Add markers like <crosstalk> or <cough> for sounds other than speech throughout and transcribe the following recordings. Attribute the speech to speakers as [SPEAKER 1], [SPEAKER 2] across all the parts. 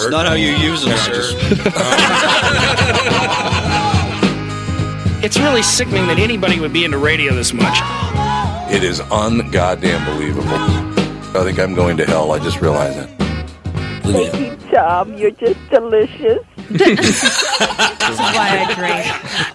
[SPEAKER 1] It's not how you use them, sir.
[SPEAKER 2] It's really sickening that anybody would be into radio this much.
[SPEAKER 3] It is ungoddamn believable. I think I'm going to hell. I just realized that. Look at you.
[SPEAKER 4] Tom, um, you're just delicious.
[SPEAKER 5] This is why I drink.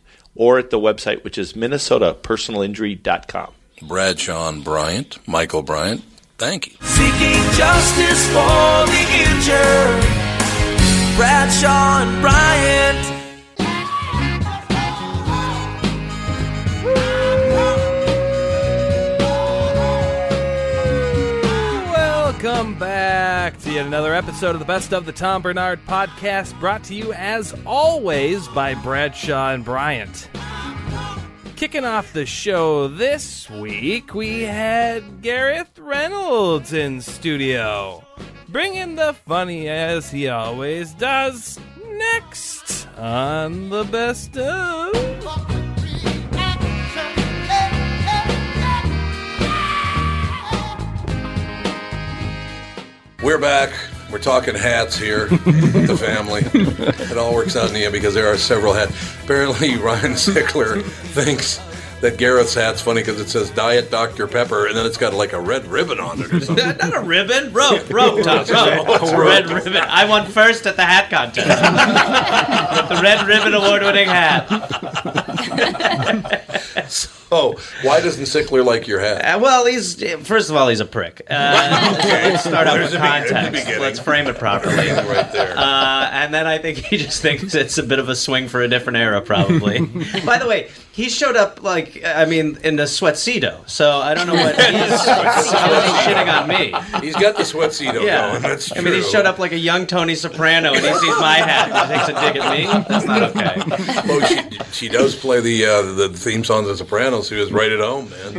[SPEAKER 6] or at the website, which is minnesotapersonalinjury.com.
[SPEAKER 3] Brad Sean Bryant, Michael Bryant. Thank you.
[SPEAKER 7] Seeking justice for the injured. Bradshaw and Bryant.
[SPEAKER 8] Welcome back to yet another episode of the Best of the Tom Bernard podcast, brought to you as always by Bradshaw and Bryant. Kicking off the show this week, we had Gareth Reynolds in studio, bringing the funny as he always does. Next on the Best of.
[SPEAKER 3] We're back. We're talking hats <laughs> here with the family. It all works out in the end because there are several hats. Apparently, <laughs> Ryan Sickler thinks that Gareth's hat's funny because it says Diet Dr. Pepper and then it's got like a red ribbon on <laughs> it or something.
[SPEAKER 9] Not, not a ribbon, rope,
[SPEAKER 3] <laughs>
[SPEAKER 9] rope, Tom, rope. red ribbon. I won first at the hat contest. With the red ribbon award-winning hat.
[SPEAKER 3] <laughs> Oh, why doesn't Sickler like your hat?
[SPEAKER 9] Uh, well, he's first of all, he's a prick.
[SPEAKER 3] <laughs>
[SPEAKER 9] Uh, let's start out with
[SPEAKER 3] the begin- the
[SPEAKER 9] context.
[SPEAKER 3] beginning.
[SPEAKER 9] Let's frame it properly.
[SPEAKER 3] Right there.
[SPEAKER 9] Uh, and then I think he just thinks it's a bit of a swing for a different
[SPEAKER 3] <laughs>
[SPEAKER 9] era, probably. By the way, he showed up like I mean in a sweatsito, so I don't know what he's,
[SPEAKER 3] <laughs>
[SPEAKER 9] I don't think he's shitting on me.
[SPEAKER 3] He's <laughs> got the sweatsito
[SPEAKER 9] Yeah,
[SPEAKER 3] going. That's true.
[SPEAKER 9] I mean, he showed up like a young Tony Soprano, and he sees my hat and takes a dig at me. That's not okay.
[SPEAKER 3] Oh, she, she does play the uh, the theme songs of Sopranos. He was right at
[SPEAKER 5] <laughs>
[SPEAKER 3] home, man.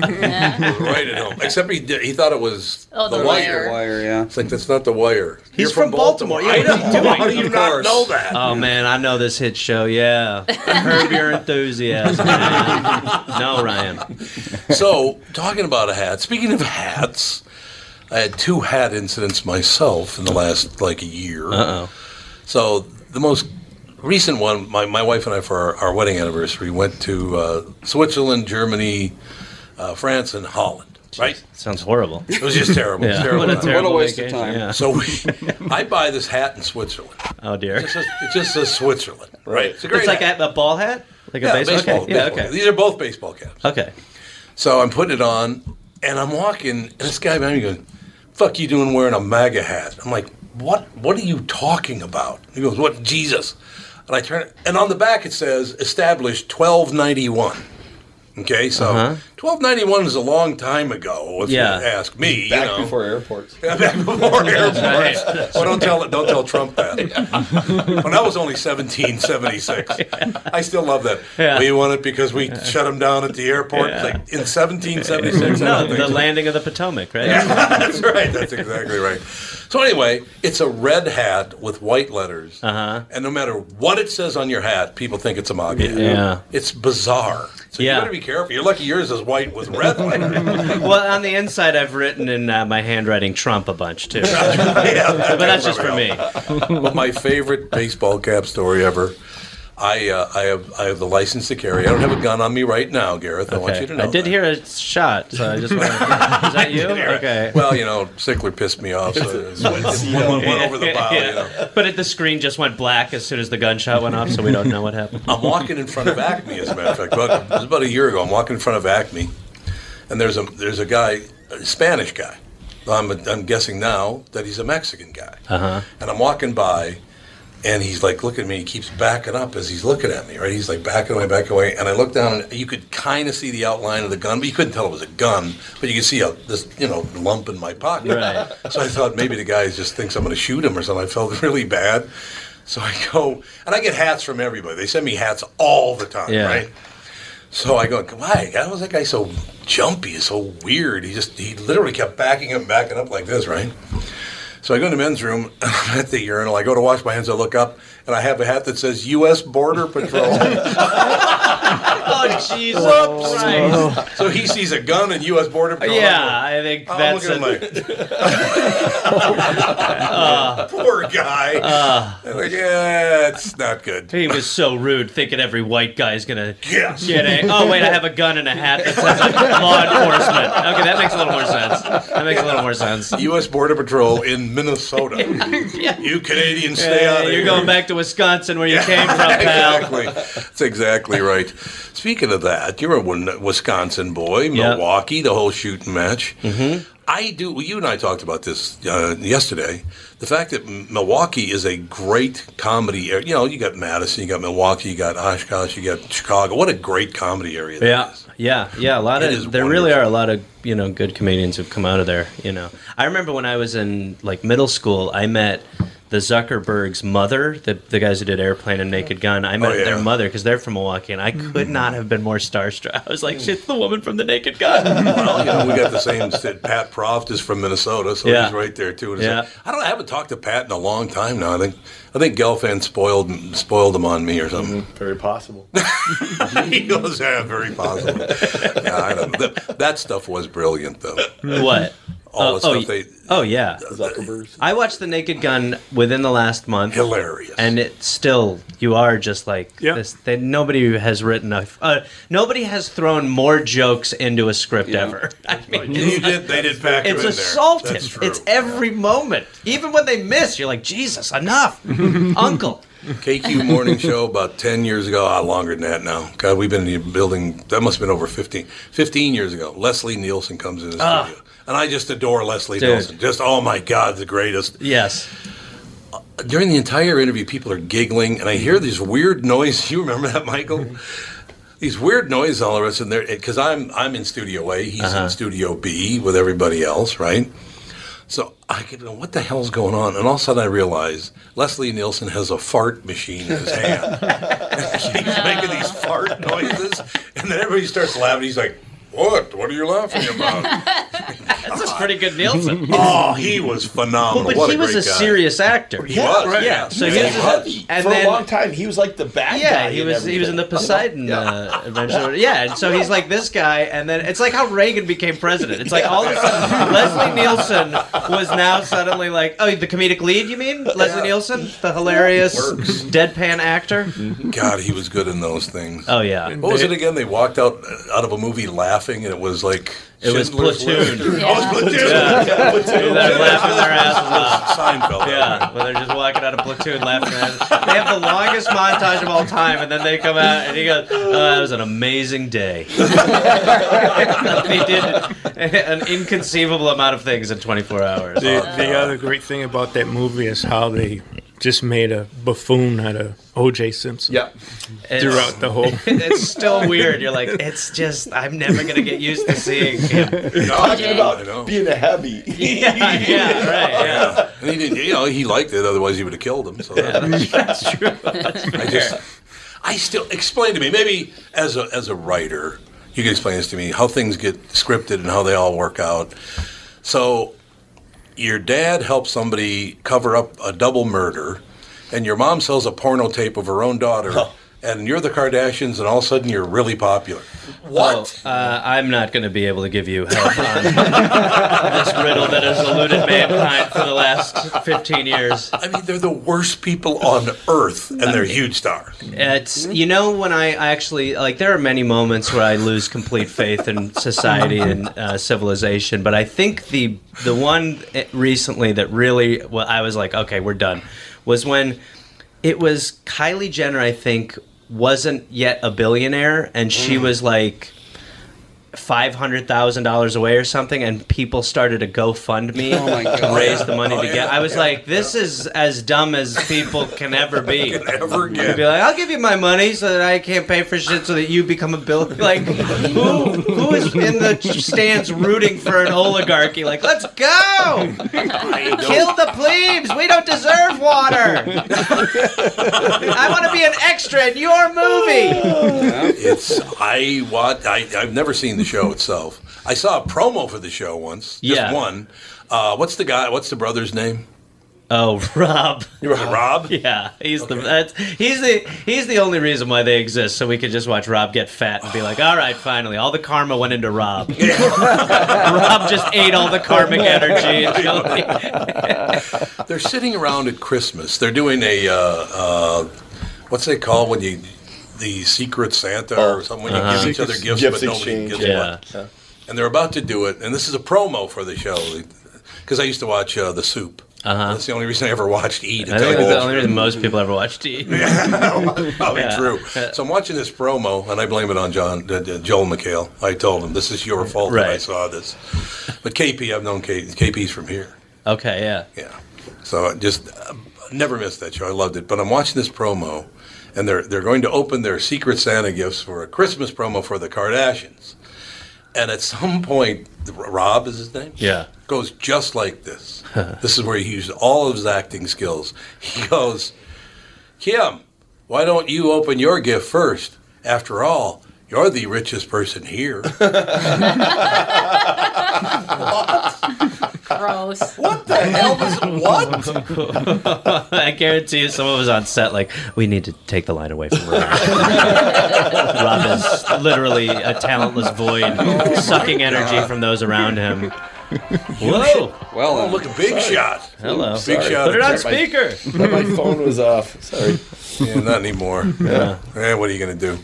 [SPEAKER 3] He was right at home. Except he did, he thought it was
[SPEAKER 5] Oh, The Wire.
[SPEAKER 10] Wire, yeah.
[SPEAKER 1] <laughs>
[SPEAKER 3] It's like that's not the wire.
[SPEAKER 9] He's
[SPEAKER 3] You're from,
[SPEAKER 9] from Baltimore. Yeah,
[SPEAKER 3] I
[SPEAKER 9] what is
[SPEAKER 3] know.
[SPEAKER 9] he doing?
[SPEAKER 3] How do you
[SPEAKER 9] Of
[SPEAKER 3] not
[SPEAKER 9] course.
[SPEAKER 3] know that?
[SPEAKER 9] Oh man, I know this hit show. Yeah, curb your enthusiasm. Man. No, Ryan.
[SPEAKER 3] <laughs> so, talking about a hat. Speaking of hats, I had two hat incidents myself in the last like a year.
[SPEAKER 9] Uh oh.
[SPEAKER 3] So the most recent one, my, my wife and I for our, our wedding anniversary went to uh, Switzerland, Germany, uh, France, and Holland. Right?
[SPEAKER 9] Sounds horrible.
[SPEAKER 3] It was just
[SPEAKER 9] <laughs>
[SPEAKER 3] terrible. It was terrible.
[SPEAKER 9] What a terrible
[SPEAKER 10] waste of
[SPEAKER 9] vacation,
[SPEAKER 10] time.
[SPEAKER 9] yeah.
[SPEAKER 3] So we, <laughs> I buy this hat in Switzerland.
[SPEAKER 9] Oh dear.
[SPEAKER 3] It just, it just says Switzerland, right? It's, a great
[SPEAKER 9] It's like
[SPEAKER 3] hat.
[SPEAKER 9] a, a ball hat, like
[SPEAKER 3] Yeah,
[SPEAKER 9] a baseball.
[SPEAKER 3] baseball,
[SPEAKER 9] okay. Yeah.
[SPEAKER 3] baseball.
[SPEAKER 9] Okay.
[SPEAKER 3] These are both baseball caps.
[SPEAKER 9] Okay.
[SPEAKER 3] So I'm putting it on, and I'm walking, and this guy behind me goes, "Fuck you doing wearing a MAGA hat?" I'm like, "What? What are you talking about?" He goes, "What Jesus?" And I turn, it- and on the back it says, "Established 1291." Okay, so 1291 is a long time ago. If
[SPEAKER 9] Uh-huh. Yeah.
[SPEAKER 3] you ask me,
[SPEAKER 10] Back
[SPEAKER 3] you know.
[SPEAKER 10] before airports.
[SPEAKER 3] <laughs> back
[SPEAKER 9] <laughs>
[SPEAKER 3] before airports. Well, don't tell don't tell Trump that. When I was only
[SPEAKER 9] <laughs>
[SPEAKER 3] 1776, I still love that.
[SPEAKER 9] Yeah.
[SPEAKER 3] We won it because we shut him down at the airport.
[SPEAKER 9] Yeah.
[SPEAKER 3] Like in 1776, I
[SPEAKER 9] No,
[SPEAKER 3] don't think
[SPEAKER 9] the
[SPEAKER 3] so.
[SPEAKER 9] landing of the Potomac, right?
[SPEAKER 3] That's right. That's exactly right. So anyway, it's a red hat with white letters, uh-huh. and no matter what it says on your hat, people think it's a MAGA hat.
[SPEAKER 9] Yeah.
[SPEAKER 3] It's bizarre. So
[SPEAKER 9] Yeah.
[SPEAKER 3] you better be careful. You're lucky yours is white with red <laughs> letters.
[SPEAKER 9] well, on the inside, I've written in uh, my handwriting Trump a bunch too, but that's just for me.
[SPEAKER 3] but my favorite baseball cap story ever. I uh, I have I have the license to carry. I don't have a gun on me right now, Gareth. I want
[SPEAKER 9] Okay.
[SPEAKER 3] you to know.
[SPEAKER 9] I did
[SPEAKER 3] that.
[SPEAKER 9] hear a shot, so I just want to.
[SPEAKER 3] <laughs>
[SPEAKER 9] Is that you? Okay.
[SPEAKER 3] Well, you know, Sickler pissed me
[SPEAKER 9] <laughs>
[SPEAKER 3] off. So it went, went- went over the bow. You know.
[SPEAKER 9] But it, the screen just went black as soon as the gunshot went off, so we don't know what happened.
[SPEAKER 3] I'm walking in front of
[SPEAKER 9] <laughs>
[SPEAKER 3] Acme, as a matter of fact. About, it was about a year ago. I'm walking in front of Acme, and there's a there's a guy, a Spanish guy. I'm, I'm guessing now that he's a Mexican guy. Uh-huh. And I'm walking by, and he's like looking at me. He keeps backing up as he's looking at me. Right? He's like backing away, backing away. And I look down, and you could kind of see the outline of the gun, but you couldn't tell it was a gun. But you could see a this you know lump in my pocket.
[SPEAKER 9] Right.
[SPEAKER 3] So I thought maybe the guy just thinks I'm going to shoot him or something. I felt <laughs> really bad. So I go, and I get hats from everybody. They send me hats all the time,
[SPEAKER 9] Yeah.
[SPEAKER 3] right? So I go, why? How was that guy so jumpy, so weird? He just, he literally kept backing up and backing up like this, right? So I go in the men's room, <laughs> and I'm at the urinal. I go to wash my hands, I look up, and I have a hat that says U.S.
[SPEAKER 9] <laughs>
[SPEAKER 3] Border Patrol.
[SPEAKER 9] Oh Jesus!
[SPEAKER 3] so he sees a gun and U.S. Border Patrol.
[SPEAKER 9] Yeah, I think
[SPEAKER 3] I'm
[SPEAKER 9] that's
[SPEAKER 3] looking
[SPEAKER 9] a,
[SPEAKER 3] at him
[SPEAKER 9] <laughs> Uh,
[SPEAKER 3] like, poor guy. <laughs> I'm like, yeah, it's not good.
[SPEAKER 9] he was so rude, thinking every white guy is gonna
[SPEAKER 3] Yes.
[SPEAKER 9] get a. Oh wait, I have a gun and a
[SPEAKER 3] <laughs>
[SPEAKER 9] hat that says I'm law enforcement. <laughs> Okay, that makes a little more sense. That makes a little
[SPEAKER 3] <laughs>
[SPEAKER 9] more sense.
[SPEAKER 3] U.S. Border Patrol in
[SPEAKER 9] <laughs>
[SPEAKER 3] Minnesota. You Canadians stay out
[SPEAKER 9] Yeah,
[SPEAKER 3] of here.
[SPEAKER 9] you're going back to Wisconsin where you came from, pal.
[SPEAKER 3] exactly. That's exactly right. Speaking of that, you're a Win- Wisconsin boy, Milwaukee, the whole shooting match. Mm-hmm. I do. well, You and I talked about this uh, yesterday. The fact that M- Milwaukee is a great comedy area. You know, you got Madison, you got Milwaukee, you got Oshkosh, you got Chicago. What a great comedy area that
[SPEAKER 9] Yeah,
[SPEAKER 3] is.
[SPEAKER 9] yeah, yeah. A lot
[SPEAKER 3] It
[SPEAKER 9] of
[SPEAKER 3] is
[SPEAKER 9] there really
[SPEAKER 3] wonderful.
[SPEAKER 9] are a lot of you know good comedians who've come out of there. You know, I remember when I was in like middle school, I met the Zuckerberg's mother, the the guys who did Airplane and Naked Gun. I met
[SPEAKER 3] Oh, yeah. Mm-hmm.
[SPEAKER 9] their mother because they're from Milwaukee, and I could not have been more starstruck. <laughs> I was like, "She's the woman from the Naked Gun."
[SPEAKER 3] <laughs> Well, you know, we got the same. St- Pat Proft is from Minnesota, so
[SPEAKER 9] Yeah.
[SPEAKER 3] he's right there too. And
[SPEAKER 9] Yeah.
[SPEAKER 3] so- I don't. I haven't talked to Pat in a long time now. I think. I think Gelfand spoiled spoiled him on me or something.
[SPEAKER 6] Mm-hmm. Very possible.
[SPEAKER 3] <laughs> he goes, "Yeah, very
[SPEAKER 9] <laughs>
[SPEAKER 3] possible." yeah, I don't know. That, that stuff was brilliant, though.
[SPEAKER 9] what?
[SPEAKER 3] All the
[SPEAKER 9] oh,
[SPEAKER 3] stuff they
[SPEAKER 9] oh yeah,
[SPEAKER 6] Zuckerberg's.
[SPEAKER 9] I watched the Naked Gun within the last month.
[SPEAKER 3] hilarious.
[SPEAKER 9] and it still you are just like
[SPEAKER 10] Yeah.
[SPEAKER 9] this that nobody has written a uh, nobody has thrown more jokes into a script ever <laughs> <laughs> i mean
[SPEAKER 3] you did. They did pack you
[SPEAKER 9] it's
[SPEAKER 3] in
[SPEAKER 9] assaulted
[SPEAKER 3] There. That's true.
[SPEAKER 9] it's every moment even when they miss you're like
[SPEAKER 3] <laughs>
[SPEAKER 9] jesus enough uncle
[SPEAKER 3] KQ Morning
[SPEAKER 9] <laughs>
[SPEAKER 3] Show about 10 years ago. Ah, longer than that now. God, we've been in the building, that must have been over 15, 15 years ago. Leslie Nielsen comes in the studio. And I just adore Leslie
[SPEAKER 9] Dude.
[SPEAKER 3] Nielsen. Just, oh my God, the greatest.
[SPEAKER 9] yes
[SPEAKER 3] During the entire interview, people are giggling, and I hear these weird noises. <laughs> You remember that, Michael?
[SPEAKER 9] <laughs>
[SPEAKER 3] these weird noises all of us in there because I'm I'm in Studio A, he's
[SPEAKER 9] Uh-huh.
[SPEAKER 3] in Studio B with everybody else, right? So I could go, what the hell's going on? And all of a sudden I realize Leslie Nielsen has a fart machine in his hand. <laughs> And He's making these
[SPEAKER 9] <laughs>
[SPEAKER 3] fart noises, <laughs> and then everybody starts laughing. He's like, "What? What are you laughing about?"
[SPEAKER 9] <laughs> that's a pretty good nielsen
[SPEAKER 3] <laughs> oh, he was phenomenal.
[SPEAKER 9] but
[SPEAKER 3] what
[SPEAKER 9] he
[SPEAKER 3] a
[SPEAKER 9] was a
[SPEAKER 3] great guy.
[SPEAKER 9] serious actor
[SPEAKER 3] He was,
[SPEAKER 6] right.
[SPEAKER 9] yeah so he
[SPEAKER 3] Yes,
[SPEAKER 9] was
[SPEAKER 3] he was.
[SPEAKER 9] and
[SPEAKER 6] For
[SPEAKER 9] then
[SPEAKER 6] a long time, he was like the bad guy.
[SPEAKER 9] Yeah, he
[SPEAKER 6] in
[SPEAKER 9] was he was in the
[SPEAKER 6] everything.
[SPEAKER 9] Poseidon uh, adventure. Yeah,
[SPEAKER 11] <laughs>
[SPEAKER 9] and so he's like this guy, and then it's like how Reagan became president. It's like all of a sudden Leslie Nielsen was now suddenly like, oh, the comedic lead, you mean Leslie Nielsen, the hilarious
[SPEAKER 3] Works.
[SPEAKER 9] deadpan actor?
[SPEAKER 3] God, he was good in those things.
[SPEAKER 9] Oh yeah,
[SPEAKER 3] What was it again? They walked out uh, out of a movie laughing, and it was like
[SPEAKER 9] It was
[SPEAKER 3] Schindler's
[SPEAKER 9] Platoon.
[SPEAKER 3] List. <laughs> Oh, it was Platoon. <laughs>
[SPEAKER 9] they're laughing their asses off.
[SPEAKER 3] Seinfeld.
[SPEAKER 9] Yeah, when they're just walking out of platoon laughing at it. They have the longest montage of all time, and then they come out and he goes, oh, "That was an amazing day." <laughs> they did an inconceivable amount of things in 24 hours.
[SPEAKER 10] The, the other great thing about that movie is how they just made a buffoon out of O.J. Simpson
[SPEAKER 6] Yeah.
[SPEAKER 9] It's-
[SPEAKER 10] throughout the whole.
[SPEAKER 9] <laughs> It's
[SPEAKER 10] <laughs>
[SPEAKER 9] still weird. You're like, it's just I'm never gonna get used to
[SPEAKER 10] <laughs>
[SPEAKER 9] seeing him.
[SPEAKER 3] Talking
[SPEAKER 6] About being a heavy.
[SPEAKER 9] Yeah, yeah, right. Yeah.
[SPEAKER 3] And he didn't, you know, he liked it. Otherwise, he would have killed him. So that's
[SPEAKER 9] <laughs>
[SPEAKER 3] true. I just, I still explain to me. Maybe as a as a writer, you can explain this to me how things get scripted and how they all work out. So, your dad helps somebody cover up a double murder, and your mom sells a porno tape of her own daughter, and you're the Kardashians, and all of a sudden you're really popular.
[SPEAKER 9] What? uh, I'm not going to be able to give you
[SPEAKER 10] <laughs>
[SPEAKER 9] help on <laughs> this Oh. riddle that has eluded mankind for the last 15 years.
[SPEAKER 3] I mean, they're the worst people on earth, and they're huge stars.
[SPEAKER 9] It's you know when I, I actually like there are many moments where I lose complete faith in society and uh, civilization, but I think the the one eh, recently that really well, I was like, okay, we're done, was when it was Kylie Jenner. I think wasn't yet a billionaire, and she
[SPEAKER 12] Mm.
[SPEAKER 9] was like five hundred thousand dollars away or something, and people started a GoFundMe
[SPEAKER 12] Oh my God.
[SPEAKER 9] to raise the money
[SPEAKER 12] Oh,
[SPEAKER 9] to get. I was
[SPEAKER 12] yeah,
[SPEAKER 9] like, this is as dumb as people can ever be.
[SPEAKER 3] ever
[SPEAKER 9] I'd be like, I'll give you my money so that I can't pay for shit, so that you become a bill. <laughs> Like, who who is in the stands rooting for an oligarchy? Like, let's go, kill the plebes. We don't deserve water. I want to be an extra in your movie.
[SPEAKER 3] it's I watch. I, I've never seen the show itself. I saw a promo for the show once, just
[SPEAKER 9] Yeah.
[SPEAKER 3] one. Uh, what's the guy? What's the brother's name?
[SPEAKER 9] Oh, Rob.
[SPEAKER 3] You're right, Rob.
[SPEAKER 9] Yeah, he's the that's, he's the he's the only reason why they exist. So we could just watch Rob get fat and be like, all right, finally, all the karma went into Rob. Rob just ate all the karmic
[SPEAKER 3] <laughs>
[SPEAKER 9] energy. <laughs> until he-
[SPEAKER 3] They're sitting around at Christmas. They're doing a uh, uh, what's they call when you the Secret Santa or something when you
[SPEAKER 9] Uh-huh.
[SPEAKER 3] give each other gifts,
[SPEAKER 9] Secret- gifts
[SPEAKER 3] but nobody
[SPEAKER 9] exchange,
[SPEAKER 3] gives
[SPEAKER 9] yeah.
[SPEAKER 3] one. And they're about to do it, and this is a promo for the show because I used to watch uh, The Soup.
[SPEAKER 9] Uh-huh.
[SPEAKER 3] That's the only reason I ever watched E. to
[SPEAKER 9] I
[SPEAKER 3] tell
[SPEAKER 9] think
[SPEAKER 3] you the
[SPEAKER 9] that's the
[SPEAKER 3] truth.
[SPEAKER 9] only reason most people ever watch T.
[SPEAKER 3] <laughs> Probably
[SPEAKER 9] Yeah.
[SPEAKER 3] true. So I'm watching this promo, and I blame it on John uh, uh, Joel McHale. I told him this is your fault that I
[SPEAKER 9] Right.
[SPEAKER 3] saw this. But KP, I've known KP. KP's from here,
[SPEAKER 9] Okay, yeah. <laughs>
[SPEAKER 3] yeah. So I just uh, never missed that show. I loved it. But I'm watching this promo, and they're they're going to open their Secret Santa gifts for a Christmas promo for the Kardashians. And at some point, R- Rob is his name.
[SPEAKER 9] Yeah.
[SPEAKER 3] goes just like
[SPEAKER 9] <laughs>
[SPEAKER 3] this. this is where he used all of his acting skills. He goes, Kim, why don't you open your gift first? After all, you're the richest person here.
[SPEAKER 11] Gross.
[SPEAKER 3] What the hell was what?
[SPEAKER 9] I guarantee you, someone was on set like, we need to take the line away from <laughs> Rob. Rob is literally a talentless void, sucking energy from those around him. Whoa!
[SPEAKER 3] Well, oh, look, a big
[SPEAKER 9] sorry.
[SPEAKER 3] shot.
[SPEAKER 9] Hello.
[SPEAKER 3] big
[SPEAKER 9] Sorry.
[SPEAKER 3] shot.
[SPEAKER 9] Put it on speaker.
[SPEAKER 13] <laughs>
[SPEAKER 3] My,
[SPEAKER 13] phone was off. Sorry.
[SPEAKER 3] Yeah, not anymore.
[SPEAKER 9] <laughs>
[SPEAKER 13] Yeah.
[SPEAKER 3] Yeah. what are you gonna do?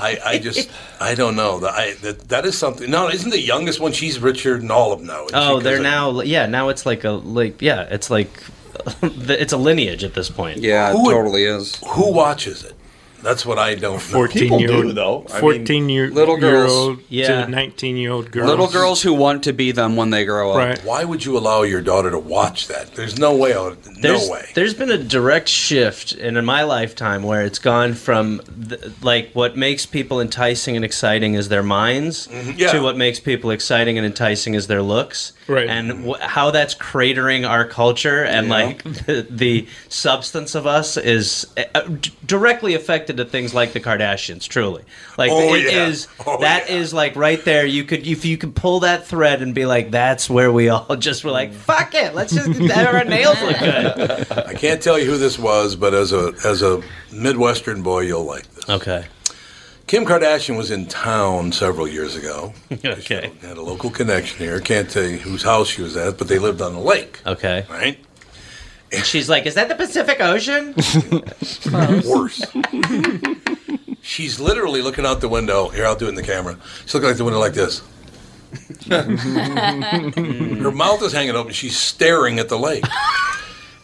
[SPEAKER 3] I, I just, I don't know. The- I, that, that is something. No, isn't the youngest one? She's richer than all of them now. isn't she?
[SPEAKER 9] Oh,
[SPEAKER 3] 'Cause
[SPEAKER 9] they're
[SPEAKER 3] I-
[SPEAKER 9] now yeah. Now it's like a like yeah. It's like <laughs> it's a lineage at this point.
[SPEAKER 3] Yeah, it Who would- totally
[SPEAKER 9] is.
[SPEAKER 3] Who watches it? That's what I don't. know.
[SPEAKER 10] 14 year old, 14 year,
[SPEAKER 13] little
[SPEAKER 10] year
[SPEAKER 13] girls-
[SPEAKER 10] old
[SPEAKER 13] Yeah.
[SPEAKER 10] to 19 year old girls.
[SPEAKER 13] Little <laughs> girls who want to be them when they grow up.
[SPEAKER 10] Right.
[SPEAKER 3] Why would you allow your daughter to watch that? There's no way. I would- No
[SPEAKER 9] There's,
[SPEAKER 3] way.
[SPEAKER 9] There's been a direct shift in, in my lifetime where it's gone from the, like what makes people enticing and exciting is their minds
[SPEAKER 13] Mm-hmm.
[SPEAKER 3] yeah.
[SPEAKER 9] to what makes people exciting and enticing is their looks. Right. And wh- how that's cratering our culture and
[SPEAKER 13] Yeah.
[SPEAKER 9] like <laughs> the, the substance of us is uh, uh, d- directly affected to things like the Kardashians, truly. Like
[SPEAKER 13] Oh,
[SPEAKER 9] it is
[SPEAKER 13] yeah. Oh,
[SPEAKER 9] that is like right there you could if you could pull that thread and be like that's where we all <laughs> just were
[SPEAKER 13] Mm-hmm.
[SPEAKER 9] like Fuck it. Let's just our nails look good.
[SPEAKER 3] I can't tell you who this was, but as a as a Midwestern boy, you'll like this.
[SPEAKER 9] Okay.
[SPEAKER 3] Kim Kardashian was in town several years
[SPEAKER 9] <laughs>
[SPEAKER 3] ago.
[SPEAKER 9] okay.
[SPEAKER 3] Had a local connection here. Can't tell you whose house she was at, but they lived on the lake.
[SPEAKER 9] Okay.
[SPEAKER 3] Right.
[SPEAKER 9] And she's like, "Is that the Pacific
[SPEAKER 3] <laughs>
[SPEAKER 9] Ocean?"
[SPEAKER 3] Worse. She's literally looking out the window. Here, I'll do it in the camera. She's looking out the window like this.
[SPEAKER 14] Mm-hmm.
[SPEAKER 3] Her mouth is hanging open. She's staring at the lake.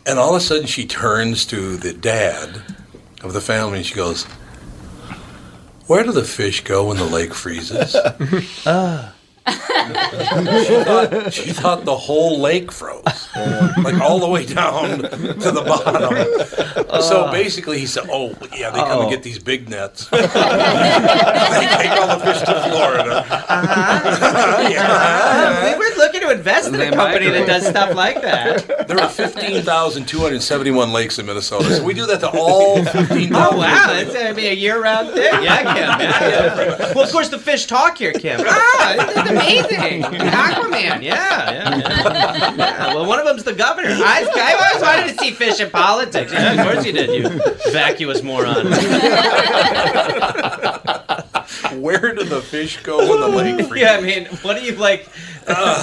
[SPEAKER 3] And all of a sudden, she turns to the dad of the family and she goes, Where do the fish go when the lake
[SPEAKER 9] <laughs>
[SPEAKER 3] freezes? she, thought, she thought the whole lake
[SPEAKER 9] <laughs>
[SPEAKER 3] froze, like all the way down to the
[SPEAKER 9] <laughs>
[SPEAKER 3] bottom.
[SPEAKER 9] Ah.
[SPEAKER 3] So basically, he said, "Oh, yeah, they come and get these big nets. they take all the fish to Florida."
[SPEAKER 9] we were looking to invest in a company that does stuff like that.
[SPEAKER 3] <laughs> There are fifteen thousand two hundred seventy-one lakes in Minnesota, so we do that to
[SPEAKER 9] <laughs>
[SPEAKER 3] all fifteen.
[SPEAKER 9] Oh wow, that's gonna be a year-round thing. <laughs> Yeah, Kim. yeah, yeah. Well, of course the fish talk here, Kim. Ah, the
[SPEAKER 5] amazing. Aquaman.
[SPEAKER 9] Yeah, yeah, yeah. Yeah, Well, one of them's the governor. I, I always wanted to see fish in politics. Yeah, of course you did, you vacuous moron.
[SPEAKER 3] <laughs> Where do the fish go in the lake?
[SPEAKER 9] <laughs> Yeah, I mean, what do you like?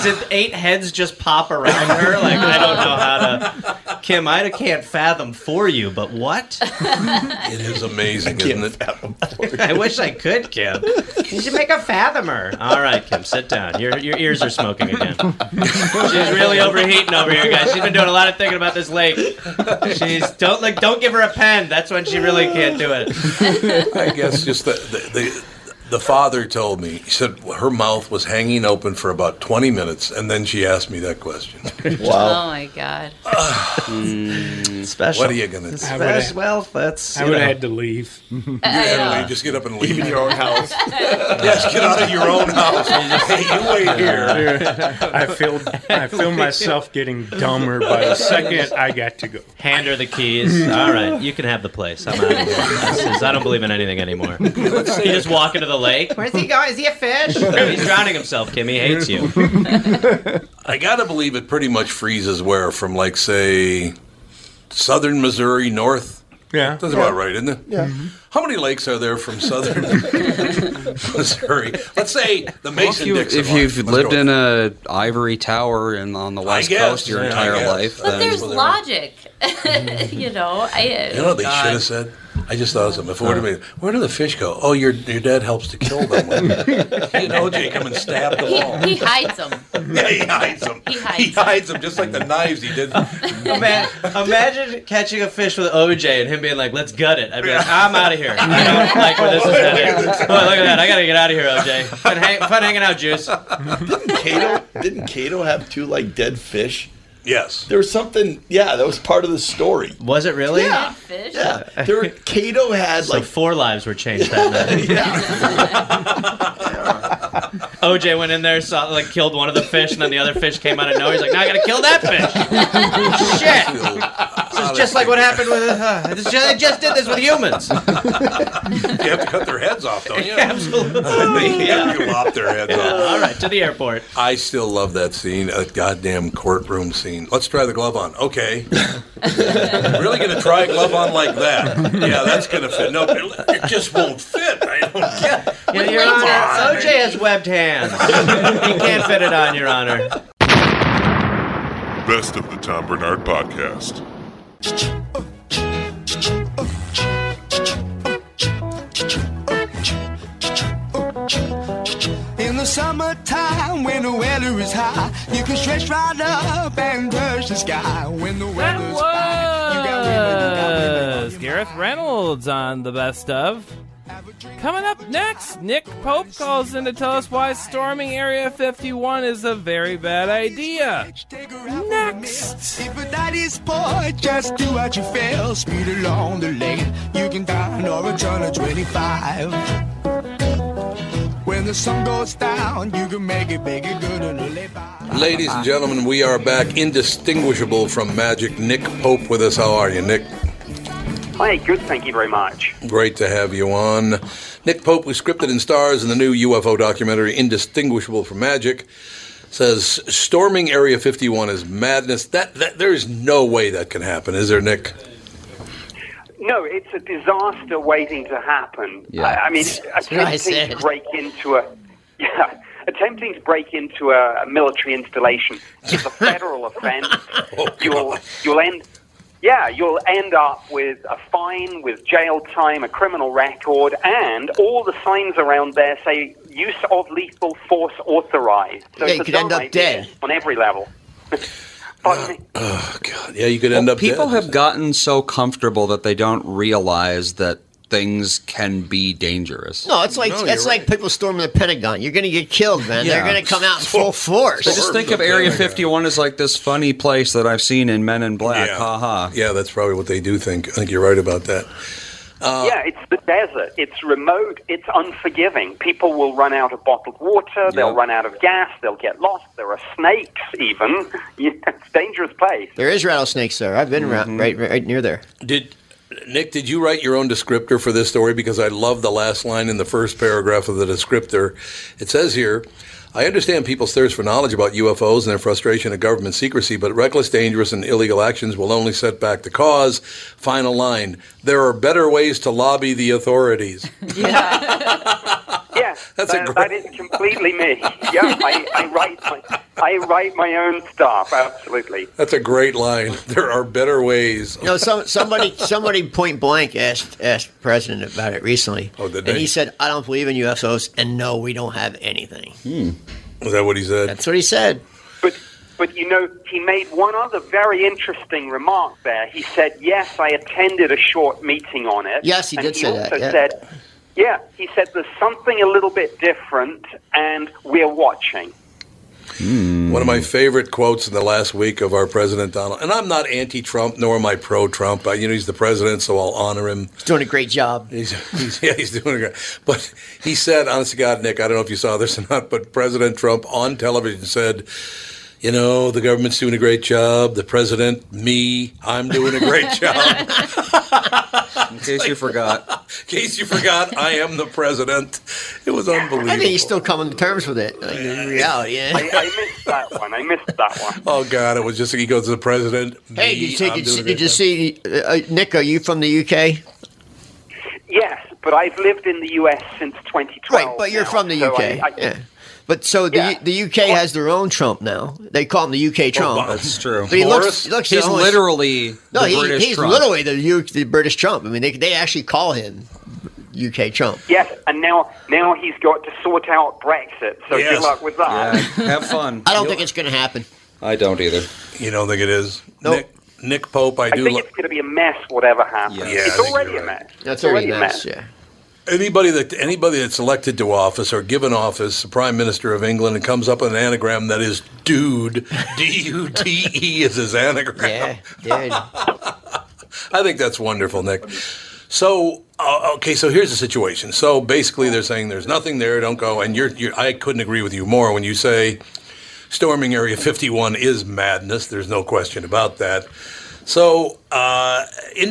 [SPEAKER 9] did eight heads just pop around her? Like, I don't know how to. Kim, I can't fathom for you, but what?
[SPEAKER 3] It is amazing, isn't
[SPEAKER 9] <laughs>
[SPEAKER 3] it?
[SPEAKER 9] I wish I could, Kim. You should make a fathomer. All right, Kim, sit down. Your your ears are smoking again. She's really overheating over here, guys. She's been doing a lot of thinking about this lake. She's don't like don't give her a pen. That's when she really can't do
[SPEAKER 3] <laughs>
[SPEAKER 9] it.
[SPEAKER 3] I guess just the the, the the father told me. He said her mouth was hanging open for about twenty minutes, and then she asked me that question.
[SPEAKER 5] Oh my god.
[SPEAKER 9] Special.
[SPEAKER 3] What are you gonna do?
[SPEAKER 10] I would have-
[SPEAKER 9] well, that's
[SPEAKER 10] I
[SPEAKER 9] you
[SPEAKER 10] would have
[SPEAKER 9] know.
[SPEAKER 10] had to leave. you
[SPEAKER 3] had to leave. Just get up and leave.
[SPEAKER 10] in your own
[SPEAKER 9] <laughs>
[SPEAKER 10] house.
[SPEAKER 3] yes, get out of your own house. <laughs> Hey, you wait here.
[SPEAKER 10] I feel I feel myself getting dumber by the second I got to go.
[SPEAKER 9] Hand her the keys. All right, you can have the place. I'm out of here. This is- I don't believe in anything anymore. You just walk into the lake. Where's he going? Is he a fish? No, he's drowning himself. Kim, he hates you.
[SPEAKER 3] I gotta believe it pretty much freezes where from like say southern Missouri north.
[SPEAKER 10] Yeah.
[SPEAKER 3] That's about right, isn't it? Yeah. How many lakes are there from southern <laughs> Missouri? Let's say the Mason
[SPEAKER 13] you,
[SPEAKER 3] Dixon.
[SPEAKER 13] if you've
[SPEAKER 3] line. Let's
[SPEAKER 13] lived
[SPEAKER 3] go.
[SPEAKER 13] in a ivory tower and on the west
[SPEAKER 3] guess,
[SPEAKER 13] coast your
[SPEAKER 3] yeah, I
[SPEAKER 13] entire
[SPEAKER 3] guess.
[SPEAKER 13] life,
[SPEAKER 3] But
[SPEAKER 13] then
[SPEAKER 12] There's
[SPEAKER 3] Well,
[SPEAKER 12] logic. <laughs> you know, I.
[SPEAKER 3] You know what they should have said? I just thought of something. If it would have been, where do the fish go? Oh, your your dad helps to kill them.
[SPEAKER 12] <laughs>
[SPEAKER 3] you know, Jay come and stab the wall.
[SPEAKER 12] He, he hides them.
[SPEAKER 3] <laughs> Yeah, he hides them.
[SPEAKER 12] He
[SPEAKER 3] <laughs>
[SPEAKER 12] hides
[SPEAKER 3] He hides them just like the knives he did.
[SPEAKER 9] Ima- imagine catching a fish with OJ and him being like, "Let's gut it." I'd be like, "I'm out of here. I don't like where this is headed." Oh, look at that! I gotta get out of here, OJ. Fun, hang- fun hanging out, Juice.
[SPEAKER 11] Cato didn't Cato have two like dead fish?
[SPEAKER 3] Yes.
[SPEAKER 11] There was something. Yeah, that was part of the story.
[SPEAKER 9] Was it really?
[SPEAKER 11] Yeah.
[SPEAKER 12] Fish.
[SPEAKER 11] Yeah. There
[SPEAKER 9] <laughs>
[SPEAKER 11] were, Cato had
[SPEAKER 9] So
[SPEAKER 11] like
[SPEAKER 9] four lives were changed that night.
[SPEAKER 11] <laughs>
[SPEAKER 9] OJ went in there, saw like killed one of the fish, and then the other fish came out of nowhere. He's like, "Now I gotta kill that fish." <laughs> Shit!
[SPEAKER 11] Oh,
[SPEAKER 9] This is just like what happened with. Uh, <laughs> this just, I just did this
[SPEAKER 11] <laughs>
[SPEAKER 9] with humans.
[SPEAKER 3] You have to cut their heads off, don't
[SPEAKER 12] <laughs>
[SPEAKER 3] you?
[SPEAKER 9] Absolutely.
[SPEAKER 3] they
[SPEAKER 9] <laughs>
[SPEAKER 3] have to lop their heads off.
[SPEAKER 9] All right, to the airport.
[SPEAKER 3] I still love that scene, that goddamn courtroom scene. Let's try the glove on.
[SPEAKER 12] <laughs>
[SPEAKER 3] Okay. really going to try a glove on like that? Yeah, that's going to fit. No, it it just won't fit. I don't get it.
[SPEAKER 9] Yeah, Your Honor, OJ has
[SPEAKER 11] <laughs>
[SPEAKER 9] webbed hands. he can't fit it on, Your Honor.
[SPEAKER 15] Best of the Tom Bernard Podcast.
[SPEAKER 7] In the summertime, when the weather is high, you can stretch right up and touch the sky. When the weather's fine, you got women.
[SPEAKER 8] was Gareth Reynolds on the best of. Coming up next, Nick Pope calls in to tell us why storming Area 51 is a very bad idea. Next.
[SPEAKER 7] If a daddy's poor, just do what you feel. Speed along the lane, you can dine or return at 25. When the sun goes down, you can make it, make it good and live it by.
[SPEAKER 3] Ladies and gentlemen, we are back, indistinguishable from magic. Nick Pope with us. How are you, Nick?
[SPEAKER 16] Hey, good. Thank you very much.
[SPEAKER 3] Great to have you on. Nick Pope, who scripted and stars in the new UFO documentary Indistinguishable from Magic, says storming Area 51 is madness. That, that there is no way that can happen, is there, Nick?
[SPEAKER 16] No, it's a disaster waiting to happen.
[SPEAKER 3] Yeah.
[SPEAKER 16] I, I mean,
[SPEAKER 3] what I
[SPEAKER 16] attempting to
[SPEAKER 3] said.
[SPEAKER 16] break into a <laughs> yeah, attempting to break into a, a military installation is a federal
[SPEAKER 14] <laughs>
[SPEAKER 16] offense.
[SPEAKER 14] Oh,
[SPEAKER 16] you'll you'll end yeah, you'll end up with a fine, with jail time, a criminal record, and all the signs around there say use of lethal force authorized. So
[SPEAKER 14] Yeah,
[SPEAKER 16] it's
[SPEAKER 14] you
[SPEAKER 16] a
[SPEAKER 14] could end
[SPEAKER 16] dumb
[SPEAKER 14] up
[SPEAKER 16] idea
[SPEAKER 14] dead.
[SPEAKER 16] on every level. Pardon me?
[SPEAKER 3] Oh God! Yeah, you could end up.
[SPEAKER 13] People
[SPEAKER 3] dead.
[SPEAKER 13] have gotten so comfortable that they don't realize that things can be dangerous.
[SPEAKER 14] <laughs> No, it's like it's like people storming the Pentagon. You're going to get killed, man.
[SPEAKER 13] Yeah.
[SPEAKER 14] They're going to come out
[SPEAKER 3] <laughs>
[SPEAKER 14] in full force.
[SPEAKER 13] But just think of Area 51 as like this funny place that I've seen in Men in Black.
[SPEAKER 3] Yeah.
[SPEAKER 13] Ha ha.
[SPEAKER 3] Yeah, that's probably what they do think. I think you're right about that. Uh,
[SPEAKER 16] yeah, it's the desert. It's remote. It's unforgiving. People will run out of bottled water. They'll
[SPEAKER 14] Yeah.
[SPEAKER 16] run out of gas. They'll get lost. There are snakes, even. <laughs> Yeah, it's a dangerous place.
[SPEAKER 14] <laughs> There is rattlesnakes there. I've been around,
[SPEAKER 3] Mm-hmm.
[SPEAKER 14] right, right near there.
[SPEAKER 3] Did Nick? Did you write your own descriptor for this story? Because I love the last line in the first paragraph of the descriptor. It says here, I understand people's thirst for knowledge about UFOs and their frustration at government secrecy, but reckless, dangerous, and illegal actions will only set back the cause. Final line. There are better ways to lobby the authorities.
[SPEAKER 16] Yeah,
[SPEAKER 3] That's a
[SPEAKER 16] that,
[SPEAKER 3] great-
[SPEAKER 16] that is completely me. <laughs> Yeah, I, I write my I write my own stuff. Absolutely.
[SPEAKER 3] That's a great line. <laughs> There are better ways.
[SPEAKER 14] No,
[SPEAKER 3] <laughs>
[SPEAKER 14] some, somebody somebody point blank asked asked the president about it recently. Oh,
[SPEAKER 3] did
[SPEAKER 14] And
[SPEAKER 3] they?
[SPEAKER 14] he said, "I don't believe in UFOs, and no, we don't have anything."
[SPEAKER 3] Hmm. Is that what he said?
[SPEAKER 14] That's what he said.
[SPEAKER 16] But you know, he made one other very interesting remark there. He said, "Yes, I attended a short meeting on it."
[SPEAKER 14] Yes, he
[SPEAKER 16] And
[SPEAKER 14] did say that,
[SPEAKER 16] also
[SPEAKER 14] yeah.
[SPEAKER 16] said, "Yeah, he said there's something a little bit different, and we're watching."
[SPEAKER 3] One of my favorite quotes in the last week of our president Donald, and I'm not anti-Trump nor am I pro-Trump. I, you know, he's the president, so I'll honor him. He's
[SPEAKER 14] doing a great job.
[SPEAKER 3] He's, yeah, he's doing a great. But he said, honest to God, Nick, I don't know if you saw this or not, but President Trump on television said, "You know, the government's doing a great job. The president, me, I'm doing a
[SPEAKER 14] <laughs>
[SPEAKER 3] great job." in
[SPEAKER 13] case you forgot,
[SPEAKER 3] <laughs> in case you forgot, I am the president. It was unbelievable.
[SPEAKER 14] I think he's still coming to terms with it. Like, in reality, yeah.
[SPEAKER 16] I, I missed that one. I missed that one.
[SPEAKER 3] Oh God! It was just he goes to the president.
[SPEAKER 14] Hey, did
[SPEAKER 3] me,
[SPEAKER 14] you, see,
[SPEAKER 3] I'm
[SPEAKER 14] did, you
[SPEAKER 3] doing
[SPEAKER 14] see-
[SPEAKER 3] a
[SPEAKER 14] did
[SPEAKER 3] great
[SPEAKER 14] you see, uh, uh, Nick? Are you from the UK?
[SPEAKER 16] Yes, but I've lived in the U.S. since 2012.
[SPEAKER 14] Right, but you're
[SPEAKER 16] now,
[SPEAKER 14] from the
[SPEAKER 16] so
[SPEAKER 14] UK.
[SPEAKER 16] I- I-
[SPEAKER 14] yeah. But so the the UK has their own Trump now. They call him the UK Trump.
[SPEAKER 13] Oh, That's true.
[SPEAKER 14] But he looks, he looks
[SPEAKER 13] he's
[SPEAKER 14] almost-
[SPEAKER 13] literally
[SPEAKER 14] no,
[SPEAKER 13] the
[SPEAKER 14] he-
[SPEAKER 13] British
[SPEAKER 14] he's
[SPEAKER 13] Trump.
[SPEAKER 14] literally the, U, the British Trump. I mean, they they actually call him UK Trump.
[SPEAKER 16] Yes, and now now he's got to sort out Brexit. So
[SPEAKER 13] Yes.
[SPEAKER 16] good luck with
[SPEAKER 14] <laughs>
[SPEAKER 16] that.
[SPEAKER 13] Have fun.
[SPEAKER 14] I don't think it's going to happen.
[SPEAKER 13] I don't either.
[SPEAKER 3] You don't think it is? Nick, Nick Pope, I
[SPEAKER 16] I
[SPEAKER 3] do.
[SPEAKER 16] think
[SPEAKER 3] lo-
[SPEAKER 16] it's going to be a mess, whatever happens.
[SPEAKER 3] Yeah. Yeah, I
[SPEAKER 16] it's
[SPEAKER 3] think
[SPEAKER 16] already
[SPEAKER 3] you're
[SPEAKER 16] a
[SPEAKER 3] right.
[SPEAKER 16] mess. It's already a mess.
[SPEAKER 3] Anybody that anybody that's elected to office or given office, the Prime Minister of England, and comes up with an anagram that is "dude," <laughs> D U D E is his anagram. <laughs> I think that's wonderful, Nick. So, uh, okay, so here's the situation. So basically, they're saying there's nothing there. Don't go. And you're, you're I couldn't agree with you more when you say storming Area 51 is madness. There's no question about that. So, uh,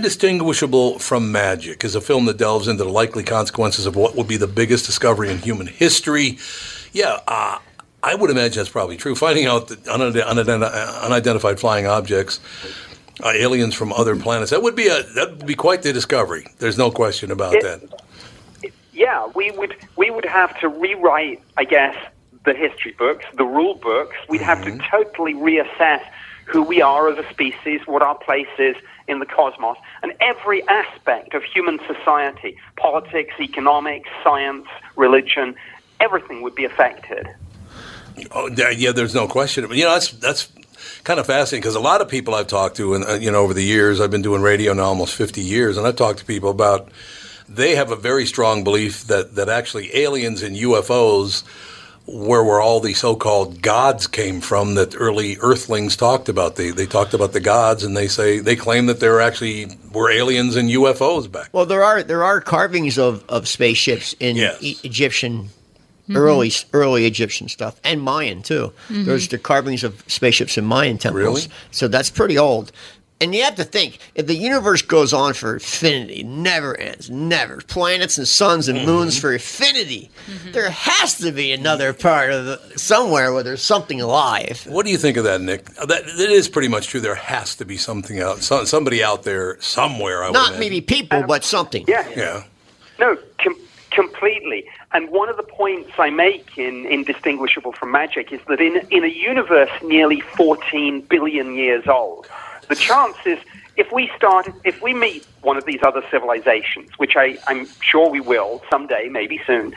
[SPEAKER 3] Indistinguishable from Magic is a film that delves into the likely consequences of what would be the biggest discovery in human history. Yeah, uh, I would imagine that's probably true. Finding out that unide- unidenti- uh, unidentified flying objects, uh, aliens from other planets, that would be a that would be quite the discovery. There's no question about
[SPEAKER 16] It-
[SPEAKER 3] that.
[SPEAKER 16] Yeah, we would we would have to rewrite, I guess, the history books, the rule books. We'd have
[SPEAKER 3] Mm-hmm.
[SPEAKER 16] to totally reassess who we are as a species, what our place is in the cosmos, and every aspect of human society, politics, economics, science, religion, everything would be affected.
[SPEAKER 3] Oh, there- yeah, there's no question. But, You know, that's that's kind of fascinating because a lot of people I've talked to, and uh, you know, over the years I've been doing radio now almost 50 years, and I've talked to people about they have a very strong belief that that actually aliens and UFOs where where all the so-called gods came from that early earthlings talked about they they talked about the gods and they say they claim that there actually were aliens and UFOs back
[SPEAKER 14] Well, there are there are carvings of, of spaceships in e- Egyptian
[SPEAKER 3] Mhm.
[SPEAKER 14] early early Egyptian stuff and Mayan too.
[SPEAKER 3] Mhm.
[SPEAKER 14] There's the carvings of spaceships in Mayan temples.
[SPEAKER 3] Really?
[SPEAKER 14] So that's pretty old. And you have to think if the universe goes on for infinity, never ends, never planets and suns and moons
[SPEAKER 3] Mm-hmm.
[SPEAKER 14] for infinity. There has to be another part of the, somewhere where there's something alive.
[SPEAKER 3] What do you think of that, Nick? That, that is pretty much true. There has to be something out, so, somebody out there somewhere. I would
[SPEAKER 14] Not
[SPEAKER 3] imagine.
[SPEAKER 14] maybe people, but something.
[SPEAKER 3] Yeah.
[SPEAKER 16] No, com- completely. And one of the points I make in Indistinguishable from Magic is that in, in a universe nearly 14 billion years old, the chances, if we start, if we meet one of these other civilizations, which I, I'm sure we will someday, maybe soon,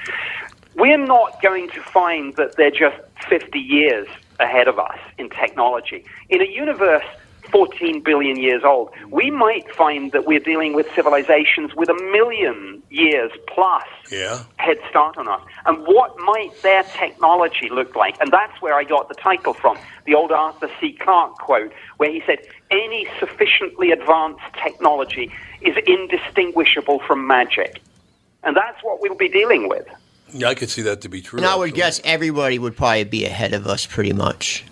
[SPEAKER 16] we're not going to find that they're just 50 years ahead of us in technology. In a universe 14 billion years old, we might find that we're dealing with civilizations with a million years plus
[SPEAKER 3] Yeah.
[SPEAKER 16] head start on us. And what might their technology look like? And that's where I got the title from the old Arthur C. Clarke quote, where he said, Any sufficiently advanced technology is indistinguishable from magic. And that's what we'll be dealing with.
[SPEAKER 3] Yeah, I could see that to be true.
[SPEAKER 14] And I would guess everybody would probably be ahead of us pretty much.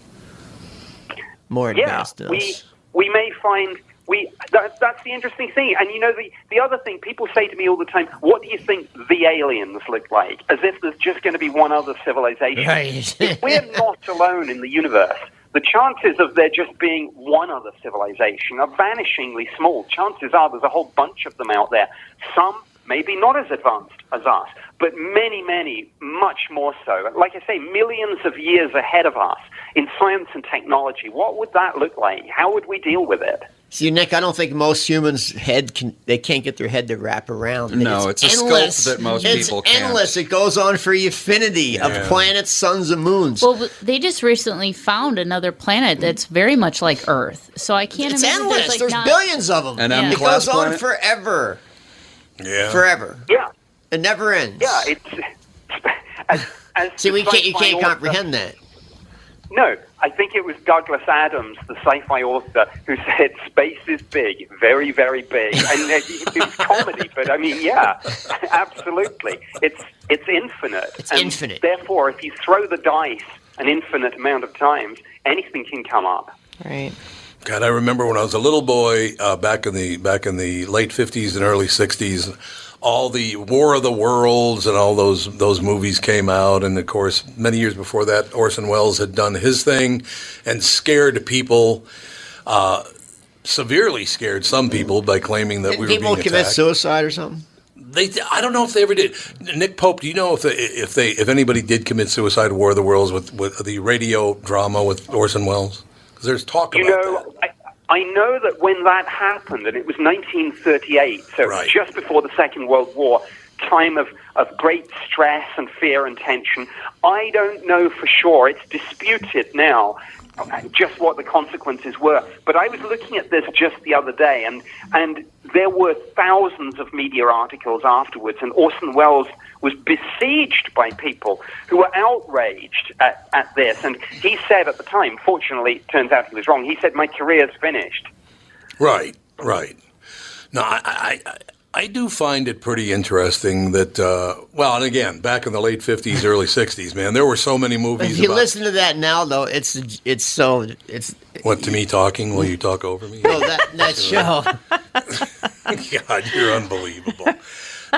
[SPEAKER 14] More
[SPEAKER 16] Yeah,
[SPEAKER 14] advanced than
[SPEAKER 16] we
[SPEAKER 14] us.
[SPEAKER 16] we may find we that, that's the interesting thing. And you know, the, the other thing people say to me all the time, what do you think the aliens look like? As if there's just going to be one other civilization.
[SPEAKER 14] Right.
[SPEAKER 16] if
[SPEAKER 14] <laughs>
[SPEAKER 16] we're not alone in the universe, the chances of there just being one other civilization are vanishingly small. Chances are there's a whole bunch of them out there. Some maybe not as advanced as us, but many, many, much more so. Like I say, millions of years ahead of us in science and technology. What would that look like? How would we deal with it?
[SPEAKER 14] See, Nick, I don't think most humans' head can. They can't get their head to wrap around.
[SPEAKER 13] No, it's a scope
[SPEAKER 14] endless.
[SPEAKER 13] that most
[SPEAKER 14] it's
[SPEAKER 13] people can't.
[SPEAKER 14] endless. It goes on for infinity
[SPEAKER 13] Yeah.
[SPEAKER 14] of planets, suns, and moons.
[SPEAKER 12] Well, w- they just recently found another planet that's very much like Earth, so I can't
[SPEAKER 14] it's
[SPEAKER 12] imagine
[SPEAKER 14] endless.
[SPEAKER 12] there's like
[SPEAKER 14] There's
[SPEAKER 12] not-
[SPEAKER 14] billions of them.
[SPEAKER 12] An
[SPEAKER 14] it
[SPEAKER 12] M-class
[SPEAKER 14] goes on
[SPEAKER 12] planet?
[SPEAKER 14] forever.
[SPEAKER 3] Yeah.
[SPEAKER 14] Forever.
[SPEAKER 16] Yeah.
[SPEAKER 14] It never ends.
[SPEAKER 16] Yeah, it's. As, as
[SPEAKER 14] See, we
[SPEAKER 16] the
[SPEAKER 14] can't. You
[SPEAKER 16] sci-fi
[SPEAKER 14] can't
[SPEAKER 16] author-
[SPEAKER 14] comprehend that.
[SPEAKER 16] No, I think it was Douglas Adams, the sci-fi author, who said space is big, very, very big, and it, it was comedy. But I mean, yeah, <laughs> absolutely, it's it's infinite. It's
[SPEAKER 14] infinite.
[SPEAKER 16] Therefore, if you throw the dice an infinite amount of times, anything can come up.
[SPEAKER 5] Right.
[SPEAKER 3] God, I remember when I was a little boy uh, back in the back in the late fifties and early sixties. All the War of the Worlds and all those those movies came out, and of course, many years before that, Orson Welles had done his thing and scared people, uh, severely scared some people by claiming that we were
[SPEAKER 14] People
[SPEAKER 3] being
[SPEAKER 14] commit
[SPEAKER 3] attacked.
[SPEAKER 14] suicide or something.
[SPEAKER 3] They, I don't know if they ever did. Nick Pope, do you know if they, if they if anybody did commit suicide, War of the Worlds, with, with the radio drama with Orson Welles? Because there's talk
[SPEAKER 16] You
[SPEAKER 3] about
[SPEAKER 16] know, I, I know that when that happened, and it was 1938, so just before the Second World War, time of, of great stress and fear and tension. I don't know for sure. It's disputed now just what the consequences were. But I was looking at this just the other day, and, and there were thousands of media articles afterwards, and Orson Welles was besieged by people who were outraged at, at this. And he said at the time, fortunately, it turns out he was wrong, he said, My career's finished.
[SPEAKER 3] Right, right. No, I, I, I- I do find it pretty interesting that, uh, well, and again, back in the late 50s, early 60s, man, there were so many movies
[SPEAKER 14] If you
[SPEAKER 3] about
[SPEAKER 14] listen to that now, though, it's it's so it's
[SPEAKER 3] what to me talking. Will you talk over me?
[SPEAKER 14] no that that show.
[SPEAKER 3] <laughs> God, you're unbelievable.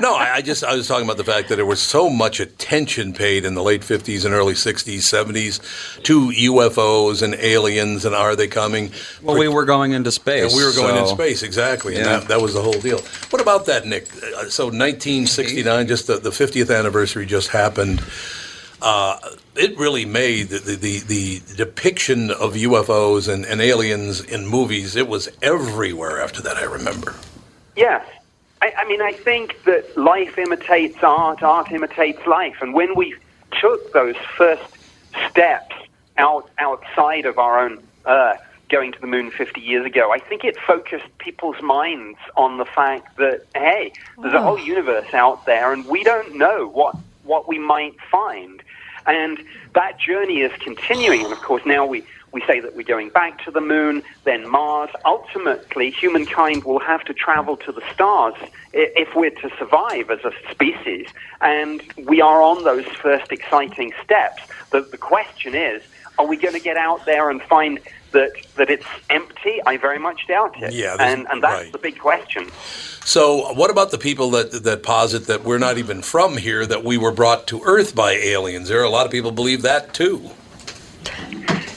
[SPEAKER 3] No, I, I just I was talking about the fact that there was so much attention paid in the late fifties and early sixties, seventies to UFOs and aliens and are they coming?
[SPEAKER 13] Well, we were going into space.
[SPEAKER 3] And we were going in
[SPEAKER 13] so-
[SPEAKER 3] space, exactly. And
[SPEAKER 13] Yeah.
[SPEAKER 3] that, that was the whole deal. What about that, Nick? Uh, So 1969, just the, the 50th anniversary just happened. Uh, it really made the, the, the, the depiction of UFOs and, and aliens in movies, it was everywhere after that, I remember.
[SPEAKER 16] Yes. I, I mean, I think that life imitates art, art imitates life. And when we took those first steps out, outside of our own Earth, going to the moon 50 years ago, I think it focused people's minds on the fact that, hey, there's a
[SPEAKER 17] Wow.
[SPEAKER 16] whole universe out there and we don't know what, what we might find. And that journey is continuing. And of course, now we, we say that we're going back to the moon, then Mars. Ultimately, humankind will have to travel to the stars i- if we're to survive as a species. And we are on those first exciting steps. The, the question is are we going to get out there and find that, that it's empty? I very much doubt it.
[SPEAKER 3] Yeah, there's-
[SPEAKER 16] and, and that's
[SPEAKER 3] right.
[SPEAKER 16] the big question.
[SPEAKER 3] So, what about the people that, that posit that we're not even from here, that we were brought to Earth by aliens? There are a lot of people believe that too.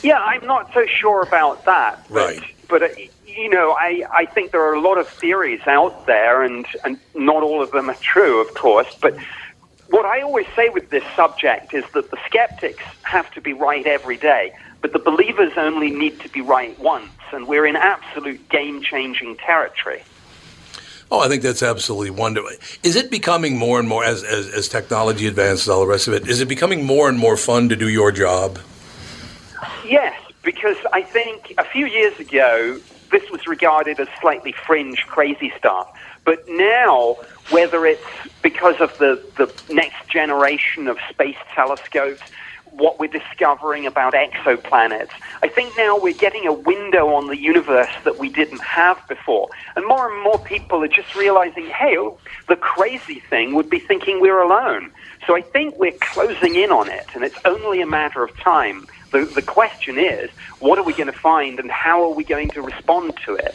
[SPEAKER 16] Yeah, I'm not so sure about that.
[SPEAKER 3] Right.
[SPEAKER 16] but uh, you know, I, I think there are a lot of theories out there, and, and not all of them are true, of course. But what I always say with this subject is that the skeptics have to be right every day, but the believers only need to be right once, and we're in absolute game changing territory.
[SPEAKER 3] Oh, I think that's absolutely wonderful. Is it becoming more and more, as, as, as technology advances, all the rest of it, is it becoming more and more fun to do your job?
[SPEAKER 16] Yes, because I think a few years ago this was regarded as slightly fringe, crazy stuff. But now, whether it's because of the, the next generation of space telescopes, what we're discovering about exoplanets, I think now we're getting a window on the universe that we didn't have before. And more and more people are just realizing, hey, oh, the crazy thing would be thinking we're alone. So I think we're closing in on it, and it's only a matter of time. The, the question is, what are we going to find and how are we going to respond to it?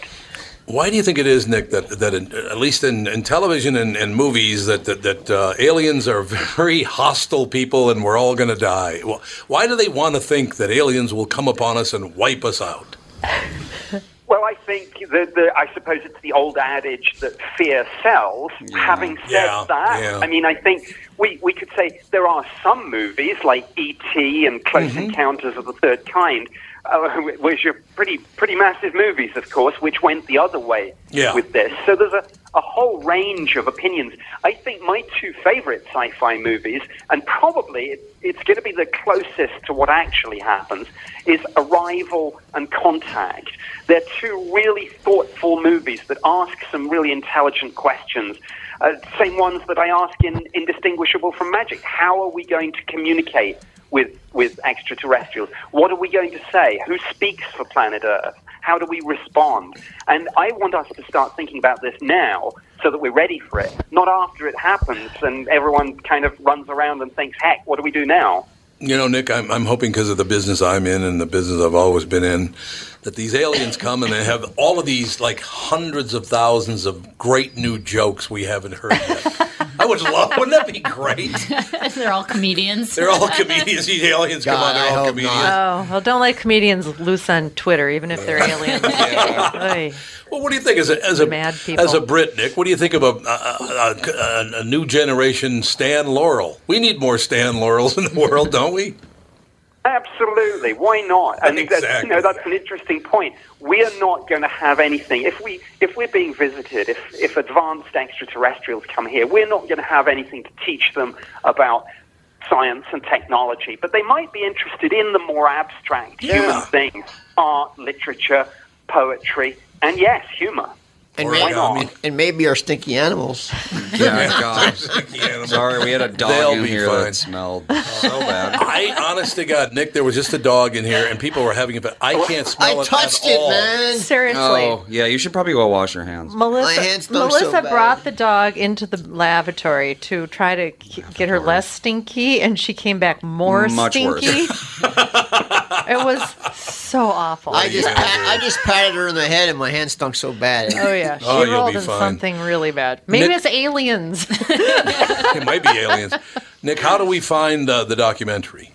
[SPEAKER 3] Why do you think it is, Nick, that that in, at least in, in television and, and movies that that, that uh, aliens are <laughs> very hostile people and we're all going to die? Wh- Why do they want to think that aliens will come upon us and wipe us out?
[SPEAKER 16] Well, I think the, the I suppose it's the old adage that fear sells. Having said
[SPEAKER 3] Yeah,
[SPEAKER 16] that,
[SPEAKER 3] yeah.
[SPEAKER 16] I mean, I think we, we could say there are some movies like E.T. and Close Encounters of the Third Kind, uh, <laughs> which are pretty pretty massive movies, of course, which went the other way
[SPEAKER 17] Yeah.
[SPEAKER 16] with this. So there's a, a whole range of opinions. I think my two favorite sci-fi movies, and probably it, it's going to be the closest to what actually happens, is Arrival and Contact. They're two really thoughtful movies that ask some really intelligent questions. Uh, same ones that I ask in Indistinguishable from Magic. How are we going to communicate with, with extraterrestrials? What are we going to say? Who speaks for planet Earth? How do we respond? And I want us to start thinking about this now so that we're ready for it, not after it happens and everyone kind of runs around and thinks, heck, what do we do now?
[SPEAKER 3] You know, Nick, I'm, I'm hoping because of the business I'm in and the business I've always been in, that these aliens come and they have all of these like hundreds of thousands of great new jokes we haven't heard yet. I would love. Wouldn't that be great?
[SPEAKER 12] <laughs> They're all comedians.
[SPEAKER 3] They're all comedians. These aliens come on. They're all comedians. <laughs>
[SPEAKER 18] Oh, well, don't let comedians loose on Twitter, even if they're
[SPEAKER 3] <laughs>
[SPEAKER 18] aliens. Oy.
[SPEAKER 3] Well, what do you think as a as a
[SPEAKER 18] Mad people.
[SPEAKER 3] as a Brit, Nick? What do you think of a, a, a, a, a new generation Stan Laurel? We need more Stan Laurels in the world, don't we?
[SPEAKER 16] Absolutely. Why not? And that's, you know, that's an interesting point. We are not going to have anything if we if we're being visited. If if advanced extraterrestrials come here, we're not going to have anything to teach them about science and technology. But they might be interested in the more abstract human things: art, literature, poetry, and yes, humor.
[SPEAKER 14] And
[SPEAKER 16] Why
[SPEAKER 14] maybe,
[SPEAKER 3] um,
[SPEAKER 16] not?
[SPEAKER 14] and maybe our stinky
[SPEAKER 3] <laughs>
[SPEAKER 14] animals.
[SPEAKER 13] Yeah,
[SPEAKER 3] uh,
[SPEAKER 13] God. Sorry, we had a dog
[SPEAKER 3] They'll
[SPEAKER 13] in
[SPEAKER 3] be
[SPEAKER 13] here
[SPEAKER 3] fine. Oh,
[SPEAKER 13] that smelled so bad.
[SPEAKER 3] I honest to God, Nick, there was just a dog in here, and people were having a. I can't smell it.
[SPEAKER 14] touched
[SPEAKER 3] at
[SPEAKER 14] it,
[SPEAKER 3] all.
[SPEAKER 14] man.
[SPEAKER 18] Seriously.
[SPEAKER 13] Oh, yeah, you should probably go wash your hands.
[SPEAKER 14] My hands
[SPEAKER 18] Melissa,
[SPEAKER 14] smell so
[SPEAKER 18] Melissa
[SPEAKER 14] bad.
[SPEAKER 18] brought the dog into the lavatory to try to k- get her less stinky, and she came back more
[SPEAKER 13] Much worse.
[SPEAKER 18] stinky.
[SPEAKER 3] <laughs>
[SPEAKER 18] it was so
[SPEAKER 14] <laughs>
[SPEAKER 18] awful.
[SPEAKER 14] I just pat, I just patted her on the head and my hand stunk so bad.
[SPEAKER 18] Oh yeah, she
[SPEAKER 3] Oh, you'll
[SPEAKER 18] rolled
[SPEAKER 3] be
[SPEAKER 18] in
[SPEAKER 3] fine.
[SPEAKER 18] something really bad. Maybe
[SPEAKER 3] Nick-
[SPEAKER 18] it's aliens.
[SPEAKER 3] It might be aliens. Nick, how do we find uh, the documentary?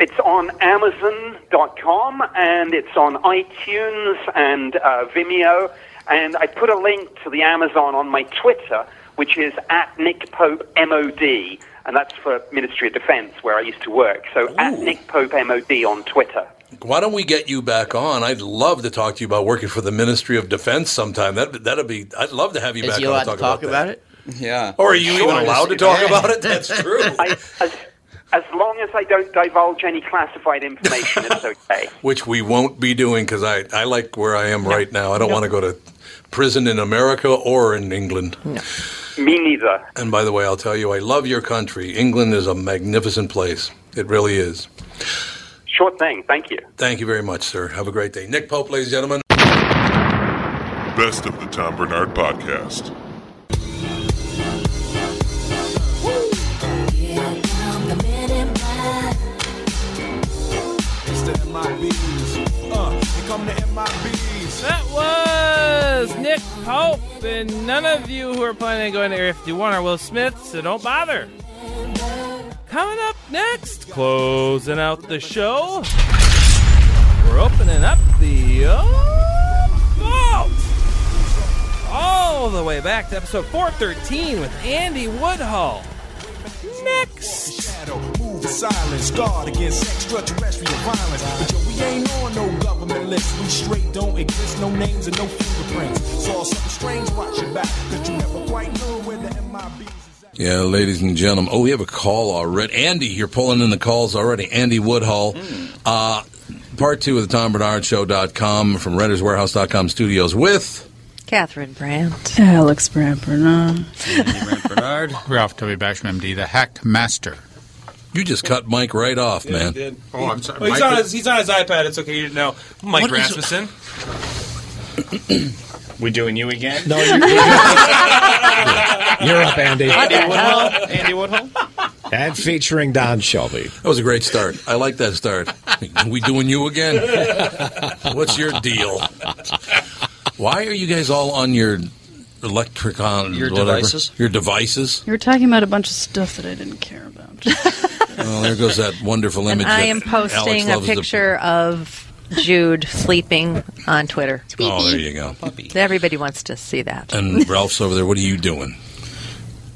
[SPEAKER 16] It's on Amazon.com and it's on iTunes and uh, Vimeo. And I put a link to the Amazon on my Twitter, which is at Nick Pope MOD. And that's for Ministry of Defense, where I used to work. So at Nick Pope MOD on Twitter.
[SPEAKER 3] Why don't we get you back on? I'd love to talk to you about working for the Ministry of Defense sometime. That that'd be. I'd love to have you
[SPEAKER 14] Is
[SPEAKER 3] back
[SPEAKER 14] he
[SPEAKER 3] on
[SPEAKER 14] allowed
[SPEAKER 3] to
[SPEAKER 14] to
[SPEAKER 3] talk,
[SPEAKER 14] talk about
[SPEAKER 3] that.
[SPEAKER 13] Yeah.
[SPEAKER 3] Or are you
[SPEAKER 14] Sure,
[SPEAKER 3] even allowed to
[SPEAKER 14] just-
[SPEAKER 3] talk about it? That's true.
[SPEAKER 16] I, as, as long as I don't divulge any
[SPEAKER 3] <laughs>
[SPEAKER 16] classified information, it's okay.
[SPEAKER 3] Which we won't be doing because I, I like where I am right now. I don't want to go to prison in America or in England.
[SPEAKER 16] Me neither.
[SPEAKER 3] And by the way, I'll tell you, I love your country. England is a magnificent place. It really is.
[SPEAKER 16] Sure thing. Thank you.
[SPEAKER 3] Thank you very much, sir. Have a great day. Nick Pope, ladies and gentlemen.
[SPEAKER 15] Best of the Tom Bernard Podcast.
[SPEAKER 17] It's the MIBs. Uh, here come the MIBs.
[SPEAKER 8] That was Nick Pope, and none of you who are planning on going to Area 51 are Will Smith, so don't bother. Coming up next, closing out the show, we're opening up the uh, vault. oh, all the way back to episode 413 with Andy Woodhull. Next.
[SPEAKER 17] Shadow, move in silence, guard against extraterrestrial violence. But yo, we ain't on no government list. We straight don't exist, no names and no fingerprints. Saw something strange, watch your back. Cause you never quite know where the MIB
[SPEAKER 3] Yeah, ladies and gentlemen. Oh, we have a call already. Andy, you're pulling in the calls already. Andy Woodhull.
[SPEAKER 19] Hmm.
[SPEAKER 3] Uh, part two of the Tom Bernard Show.com from RentersWarehouse.com studios with.
[SPEAKER 18] Catherine Brandt.
[SPEAKER 20] Alex Brandt Bernard.
[SPEAKER 19] Bernard. Ralph W. Basham, MD, the hack master.
[SPEAKER 3] You just cut Mike right off, man.
[SPEAKER 19] Oh, I'm sorry.
[SPEAKER 21] Well, he's,
[SPEAKER 19] Mike-
[SPEAKER 21] on his, he's on his iPad. It's okay. You didn't know. Mike
[SPEAKER 19] What is- <laughs>
[SPEAKER 21] Rasmussen.
[SPEAKER 19] We doing you again?
[SPEAKER 22] No,
[SPEAKER 19] you're,
[SPEAKER 22] You're up, Andy.
[SPEAKER 19] Andy Woodhull. Andy Woodhull.
[SPEAKER 22] And featuring Don Shelby.
[SPEAKER 3] That was a great start. I like that start. we doing you again? What's your deal? Why are you guys all on your electric on
[SPEAKER 13] Your
[SPEAKER 3] whatever-
[SPEAKER 13] devices?
[SPEAKER 3] Your devices.
[SPEAKER 20] You were talking about a bunch of stuff that I didn't care about.
[SPEAKER 3] Well, there goes that wonderful
[SPEAKER 18] And
[SPEAKER 3] image.
[SPEAKER 18] I
[SPEAKER 3] that
[SPEAKER 18] am posting
[SPEAKER 3] Alex
[SPEAKER 18] a
[SPEAKER 3] loves to-
[SPEAKER 18] picture of Jude sleeping on Twitter.
[SPEAKER 3] oh, there you go.
[SPEAKER 18] Everybody wants to see that. <laughs>
[SPEAKER 3] And Ralph's over there. What are you doing?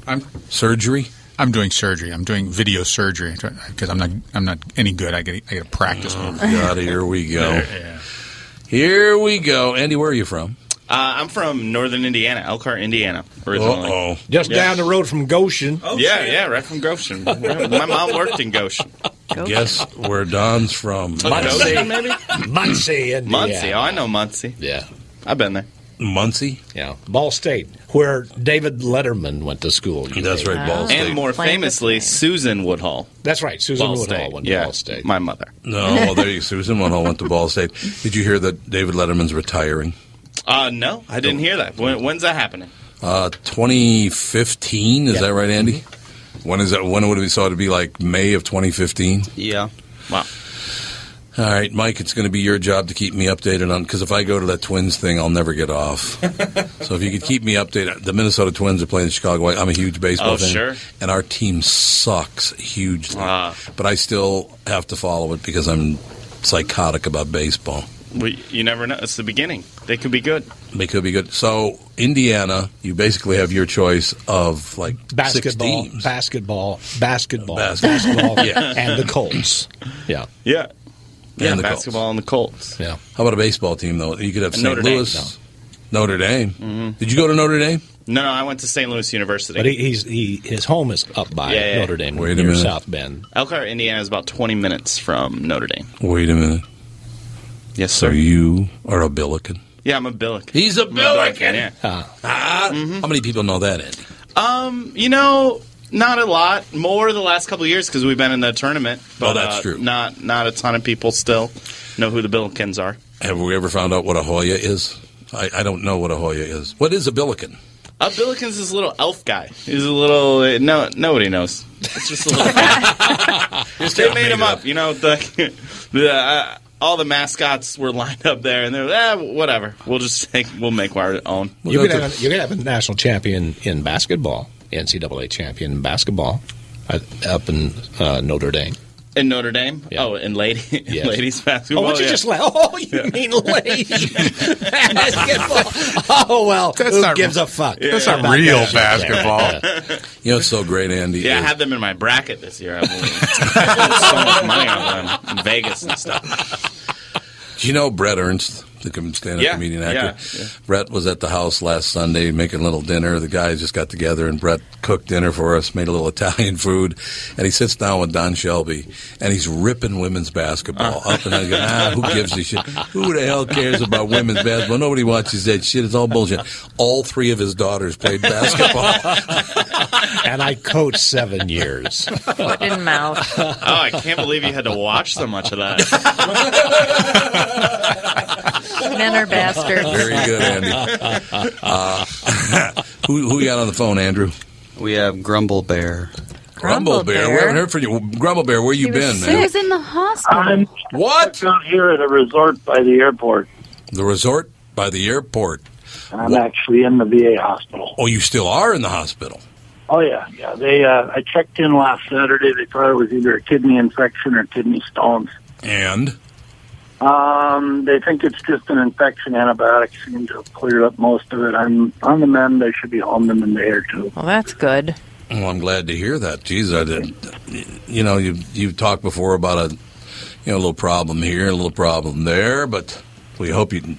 [SPEAKER 19] I'm
[SPEAKER 3] surgery.
[SPEAKER 19] I'm doing surgery. I'm doing video surgery because I'm not. I'm not any good. I get. I got to practice. more.
[SPEAKER 3] Oh, God, here we go.
[SPEAKER 19] Yeah.
[SPEAKER 3] <laughs> Here we go. Andy, where are you from?
[SPEAKER 1] Uh, I'm from northern Indiana, Elkhart, Indiana, originally.
[SPEAKER 3] Uh-oh.
[SPEAKER 22] Just
[SPEAKER 1] Yeah.
[SPEAKER 22] down the road from Goshen.
[SPEAKER 3] Oh.
[SPEAKER 1] yeah, yeah, right from Goshen. Yeah, My mom worked in Goshen.
[SPEAKER 3] Guess where Don's from.
[SPEAKER 1] Muncie, maybe?
[SPEAKER 22] Muncie, Indiana.
[SPEAKER 1] Muncie. Oh, I know Muncie. Yeah. I've been there.
[SPEAKER 3] Muncie?
[SPEAKER 22] Yeah. Ball State, where David Letterman went to school.
[SPEAKER 1] That's
[SPEAKER 22] right, Ball State.
[SPEAKER 1] Oh. And more
[SPEAKER 22] Playing
[SPEAKER 1] famously, Susan Woodhull.
[SPEAKER 22] That's right. Susan
[SPEAKER 1] Ball
[SPEAKER 22] Woodhull
[SPEAKER 1] State.
[SPEAKER 22] went to
[SPEAKER 1] yeah,
[SPEAKER 22] Ball State.
[SPEAKER 1] My mother.
[SPEAKER 3] No, well, there you Susan One Hall went to Ball State. Did you hear that David Letterman's retiring?
[SPEAKER 1] Uh, no, I didn't hear that. When, when's that happening?
[SPEAKER 3] Uh, 2015, is that right, Andy?
[SPEAKER 1] Mm-hmm.
[SPEAKER 3] When is that? When would we saw it be like May of 2015?
[SPEAKER 1] Yeah. Wow.
[SPEAKER 3] All right, Mike, it's going to be your job to keep me updated on because if I go to that Twins thing, I'll never get
[SPEAKER 1] <laughs>
[SPEAKER 3] off. so if you could keep me updated, the Minnesota Twins are playing the Chicago White. I'm a huge baseball
[SPEAKER 1] Oh,
[SPEAKER 3] fan,
[SPEAKER 1] sure. Ah.
[SPEAKER 3] and our team sucks hugely, but I still have to follow it because I'm psychotic about baseball.
[SPEAKER 1] We, you never know. It's the beginning. They could be good.
[SPEAKER 3] They could be good. So Indiana, you basically have your choice of like
[SPEAKER 22] Basketball,
[SPEAKER 3] 16.
[SPEAKER 22] basketball,
[SPEAKER 3] Basketball.
[SPEAKER 22] basketball, basketball,
[SPEAKER 3] Yeah.
[SPEAKER 22] and the Colts. Yeah.
[SPEAKER 1] Yeah. Yeah,
[SPEAKER 3] the
[SPEAKER 1] basketball and the Colts.
[SPEAKER 22] Yeah.
[SPEAKER 3] How about a baseball team though? You could have
[SPEAKER 1] And
[SPEAKER 3] St.
[SPEAKER 1] Notre Dame.
[SPEAKER 3] Louis, Notre Dame. Did you go to Notre Dame?
[SPEAKER 1] Mm-hmm. No, no, I went to St. Louis University.
[SPEAKER 22] But he, he's he his home is up by
[SPEAKER 1] Yeah, yeah.
[SPEAKER 22] Notre Dame,
[SPEAKER 1] Wait a
[SPEAKER 22] near
[SPEAKER 1] minute.
[SPEAKER 22] South Bend.
[SPEAKER 1] Elkhart, Indiana is about 20 minutes from Notre Dame.
[SPEAKER 3] Wait a minute.
[SPEAKER 1] Yes,
[SPEAKER 3] sir. So you are a Billiken.
[SPEAKER 1] Yeah, I'm a Billick.
[SPEAKER 3] He's a Billiken.
[SPEAKER 1] Yeah.
[SPEAKER 3] Ah, How many people know that, Andy?
[SPEAKER 1] Um, you know, not a lot. More the last couple of years because we've been in the tournament. But,
[SPEAKER 3] Oh, that's
[SPEAKER 1] uh,
[SPEAKER 3] true.
[SPEAKER 1] Not not a ton of people still know who the Billikens are.
[SPEAKER 3] Have we ever found out what a Hoya is? I, I don't know what a Hoya is. What is a Billiken?
[SPEAKER 1] Uh, Billikens is a little elf guy. He's a little uh, no nobody knows.
[SPEAKER 3] <laughs>
[SPEAKER 1] It's just a little. they made him up. You know the <laughs> the. Uh, all the mascots were <laughs> lined up there, and they're eh, whatever. We'll just take, we'll make our own.
[SPEAKER 22] You could, have a, you could have a national champion in basketball, NCAA champion in basketball, uh, up in uh, Notre Dame.
[SPEAKER 1] In Notre Dame? Oh, in lady, <laughs>
[SPEAKER 22] Yes.
[SPEAKER 1] ladies
[SPEAKER 22] Oh,
[SPEAKER 1] basketball.
[SPEAKER 22] what you
[SPEAKER 1] yeah.
[SPEAKER 22] just laugh? Oh, you
[SPEAKER 1] Yeah.
[SPEAKER 22] mean
[SPEAKER 1] <laughs>
[SPEAKER 22] ladies basketball? Oh well,
[SPEAKER 3] That's
[SPEAKER 22] who
[SPEAKER 3] not-
[SPEAKER 22] gives a fuck?
[SPEAKER 1] Yeah. That's not
[SPEAKER 22] about
[SPEAKER 1] real
[SPEAKER 22] that shit.
[SPEAKER 1] basketball.
[SPEAKER 22] Yeah.
[SPEAKER 3] You know, it's so great, Andy.
[SPEAKER 1] Yeah, I
[SPEAKER 3] is-
[SPEAKER 1] had them in my bracket this year. I believe. so much money on them in Vegas and stuff.
[SPEAKER 3] Do you know Brett Ernst, the com- stand-up
[SPEAKER 1] Yeah,
[SPEAKER 3] comedian
[SPEAKER 1] yeah,
[SPEAKER 3] actor?
[SPEAKER 1] yeah.
[SPEAKER 3] Brett was at the house last Sunday making a little dinner. The guys just got together, and Brett cooked dinner for us, made a little <laughs> Italian food, and he sits down with Don Shelby, and he's ripping women's basketball
[SPEAKER 1] Uh.
[SPEAKER 3] up and down. Ah, who gives a shit? Who the hell cares about women's basketball? Nobody watches that shit. It's all bullshit. All three of his daughters played basketball.
[SPEAKER 22] <laughs> and I coached seven years.
[SPEAKER 18] Foot in mouth.
[SPEAKER 1] Oh, I can't believe you had to watch so much of that.
[SPEAKER 18] Men are bastards.
[SPEAKER 3] Very good, Andy.
[SPEAKER 1] <laughs>
[SPEAKER 3] Uh, <laughs> who, who you got on the phone, Andrew?
[SPEAKER 13] We have Grumble Bear.
[SPEAKER 3] Grumble Bear. We haven't heard from you. Grumble Bear, where you
[SPEAKER 13] He was
[SPEAKER 3] been,
[SPEAKER 13] sick.
[SPEAKER 3] man?
[SPEAKER 13] He
[SPEAKER 23] was in the hospital.
[SPEAKER 2] I'm
[SPEAKER 3] what?
[SPEAKER 2] Out here at a resort by the airport.
[SPEAKER 3] The resort by the airport.
[SPEAKER 2] I'm actually in the VA hospital.
[SPEAKER 3] Oh, you still are in the hospital.
[SPEAKER 2] Oh yeah, yeah. They uh, I checked in last Saturday. They thought it was either a kidney infection or kidney stones.
[SPEAKER 3] And
[SPEAKER 2] Um, they think it's just an infection. Antibiotics seem to have cleared up most of it. I'm on the mend. They should be home in a day or two.
[SPEAKER 18] Well, that's good.
[SPEAKER 3] well, oh, I'm glad to hear that. Jeez, I did. You know, you you've talked before about a you know a little problem here, a little problem there, but we hope you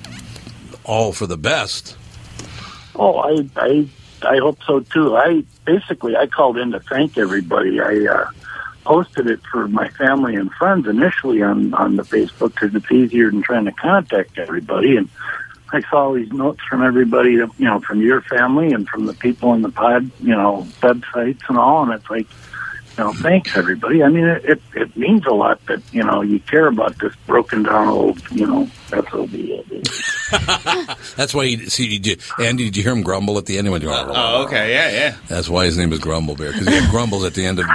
[SPEAKER 3] all for the best.
[SPEAKER 2] Oh, I, I, I hope so too. I basically I called in to thank everybody. I uh, posted it for my family and friends initially on on the Facebook because it's easier than trying to contact everybody. And I saw all these notes from everybody, you know, from your family and from the people in the pod, you know, websites and all. And it's like, you know, thanks everybody. I mean, it it, it means a lot that you know you care about this broken down old, you know, SOB.
[SPEAKER 3] That's why you see. You did, Andy, did you hear him grumble at the end? He went,
[SPEAKER 1] Oh, okay, yeah, yeah.
[SPEAKER 3] That's why his name is Grumble Bear because he grumbles at the end of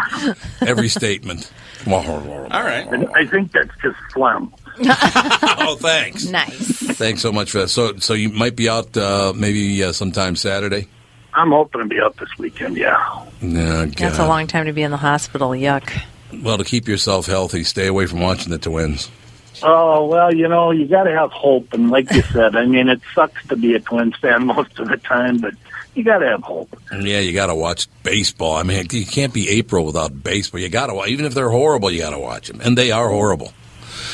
[SPEAKER 3] every statement. <laughs> All <laughs>
[SPEAKER 2] And I think that's just phlegm.
[SPEAKER 24] oh, thanks.
[SPEAKER 18] Nice.
[SPEAKER 3] Thanks so much for that. So, so you might be out uh, maybe uh, sometime Saturday.
[SPEAKER 2] I'm hoping to be up this weekend. Yeah.
[SPEAKER 3] No,
[SPEAKER 18] That's a
[SPEAKER 3] God.
[SPEAKER 18] long time to be in the hospital. Yuck.
[SPEAKER 3] Well, to keep yourself healthy, stay away from watching the Twins.
[SPEAKER 2] Oh well, you know, you got to have hope, and like you said, I mean, it sucks to be a Twins fan <laughs> most of the time, but you got to
[SPEAKER 22] <laughs>
[SPEAKER 2] have hope.
[SPEAKER 3] Yeah, you got to watch baseball. I mean, you can't be April without baseball. You got to watch, even if they're horrible, you got to watch them, and they are horrible.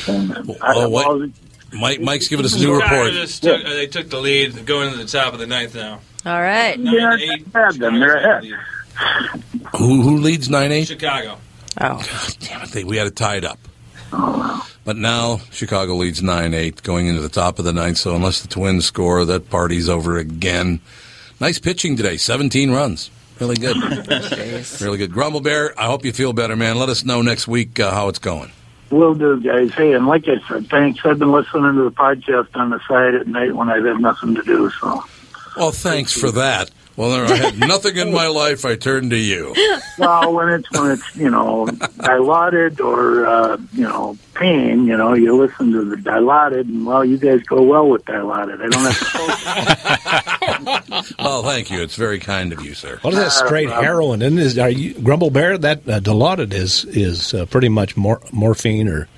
[SPEAKER 3] Oh, what? Mike, Mike's giving us a new
[SPEAKER 8] Chicago
[SPEAKER 3] report.
[SPEAKER 8] just took- uh, they took the lead, going to the top of the ninth now.
[SPEAKER 18] All right.
[SPEAKER 2] Yeah, bad then. They're ahead.
[SPEAKER 3] Who, who leads nine eight?
[SPEAKER 8] Chicago.
[SPEAKER 18] Oh,
[SPEAKER 3] God damn it! They, we had it tied up. But now Chicago leads nine eight, going into the top of the ninth. So unless the Twins score, that party's over again. Nice pitching today, seventeen runs, really good,
[SPEAKER 8] <laughs>
[SPEAKER 3] really good. Grumble Bear, I hope you feel better, man. Let us know next week uh, how it's going.
[SPEAKER 2] Will do, guys. Hey, and like I said, thanks. I've been listening to the podcast on the side at night when I've had nothing to do. So,
[SPEAKER 3] Well, thanks for that. Well, I had nothing in my life. I turned to you. <laughs>
[SPEAKER 2] well, when it's when it's you know dilaudid or uh, you know pain, you know, you listen to the dilaudid, and well, you guys go well with dilaudid. I
[SPEAKER 22] <laughs>
[SPEAKER 2] don't have to.
[SPEAKER 3] Well, thank you. It's very kind of you, sir.
[SPEAKER 22] What is that straight
[SPEAKER 1] Uh,
[SPEAKER 3] Uh,
[SPEAKER 1] um,
[SPEAKER 22] heroin? And is are you Grumble Bear? That uh, Dilaudid is is uh, pretty much mor- morphine or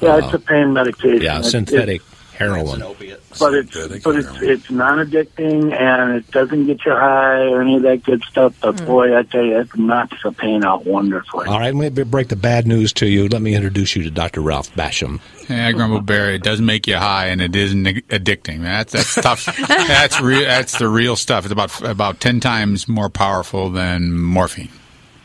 [SPEAKER 2] Yeah, it's a pain medication.
[SPEAKER 22] yeah
[SPEAKER 2] It's-
[SPEAKER 22] synthetic heroin.
[SPEAKER 2] it's- but it's but it's it's non-addicting and it doesn't get you high or any of that good stuff. But
[SPEAKER 18] Hmm.
[SPEAKER 2] boy, I tell you, it knocks the pain out wonderfully.
[SPEAKER 22] All right, let me break the bad news to you. Let me introduce you to Dr. Ralph Basham.
[SPEAKER 19] <laughs> Yeah, Grumble Bear, it does make you high, and it is neg- addicting. That's that's tough. that's real. That's the real stuff. It's about about ten times more powerful than morphine.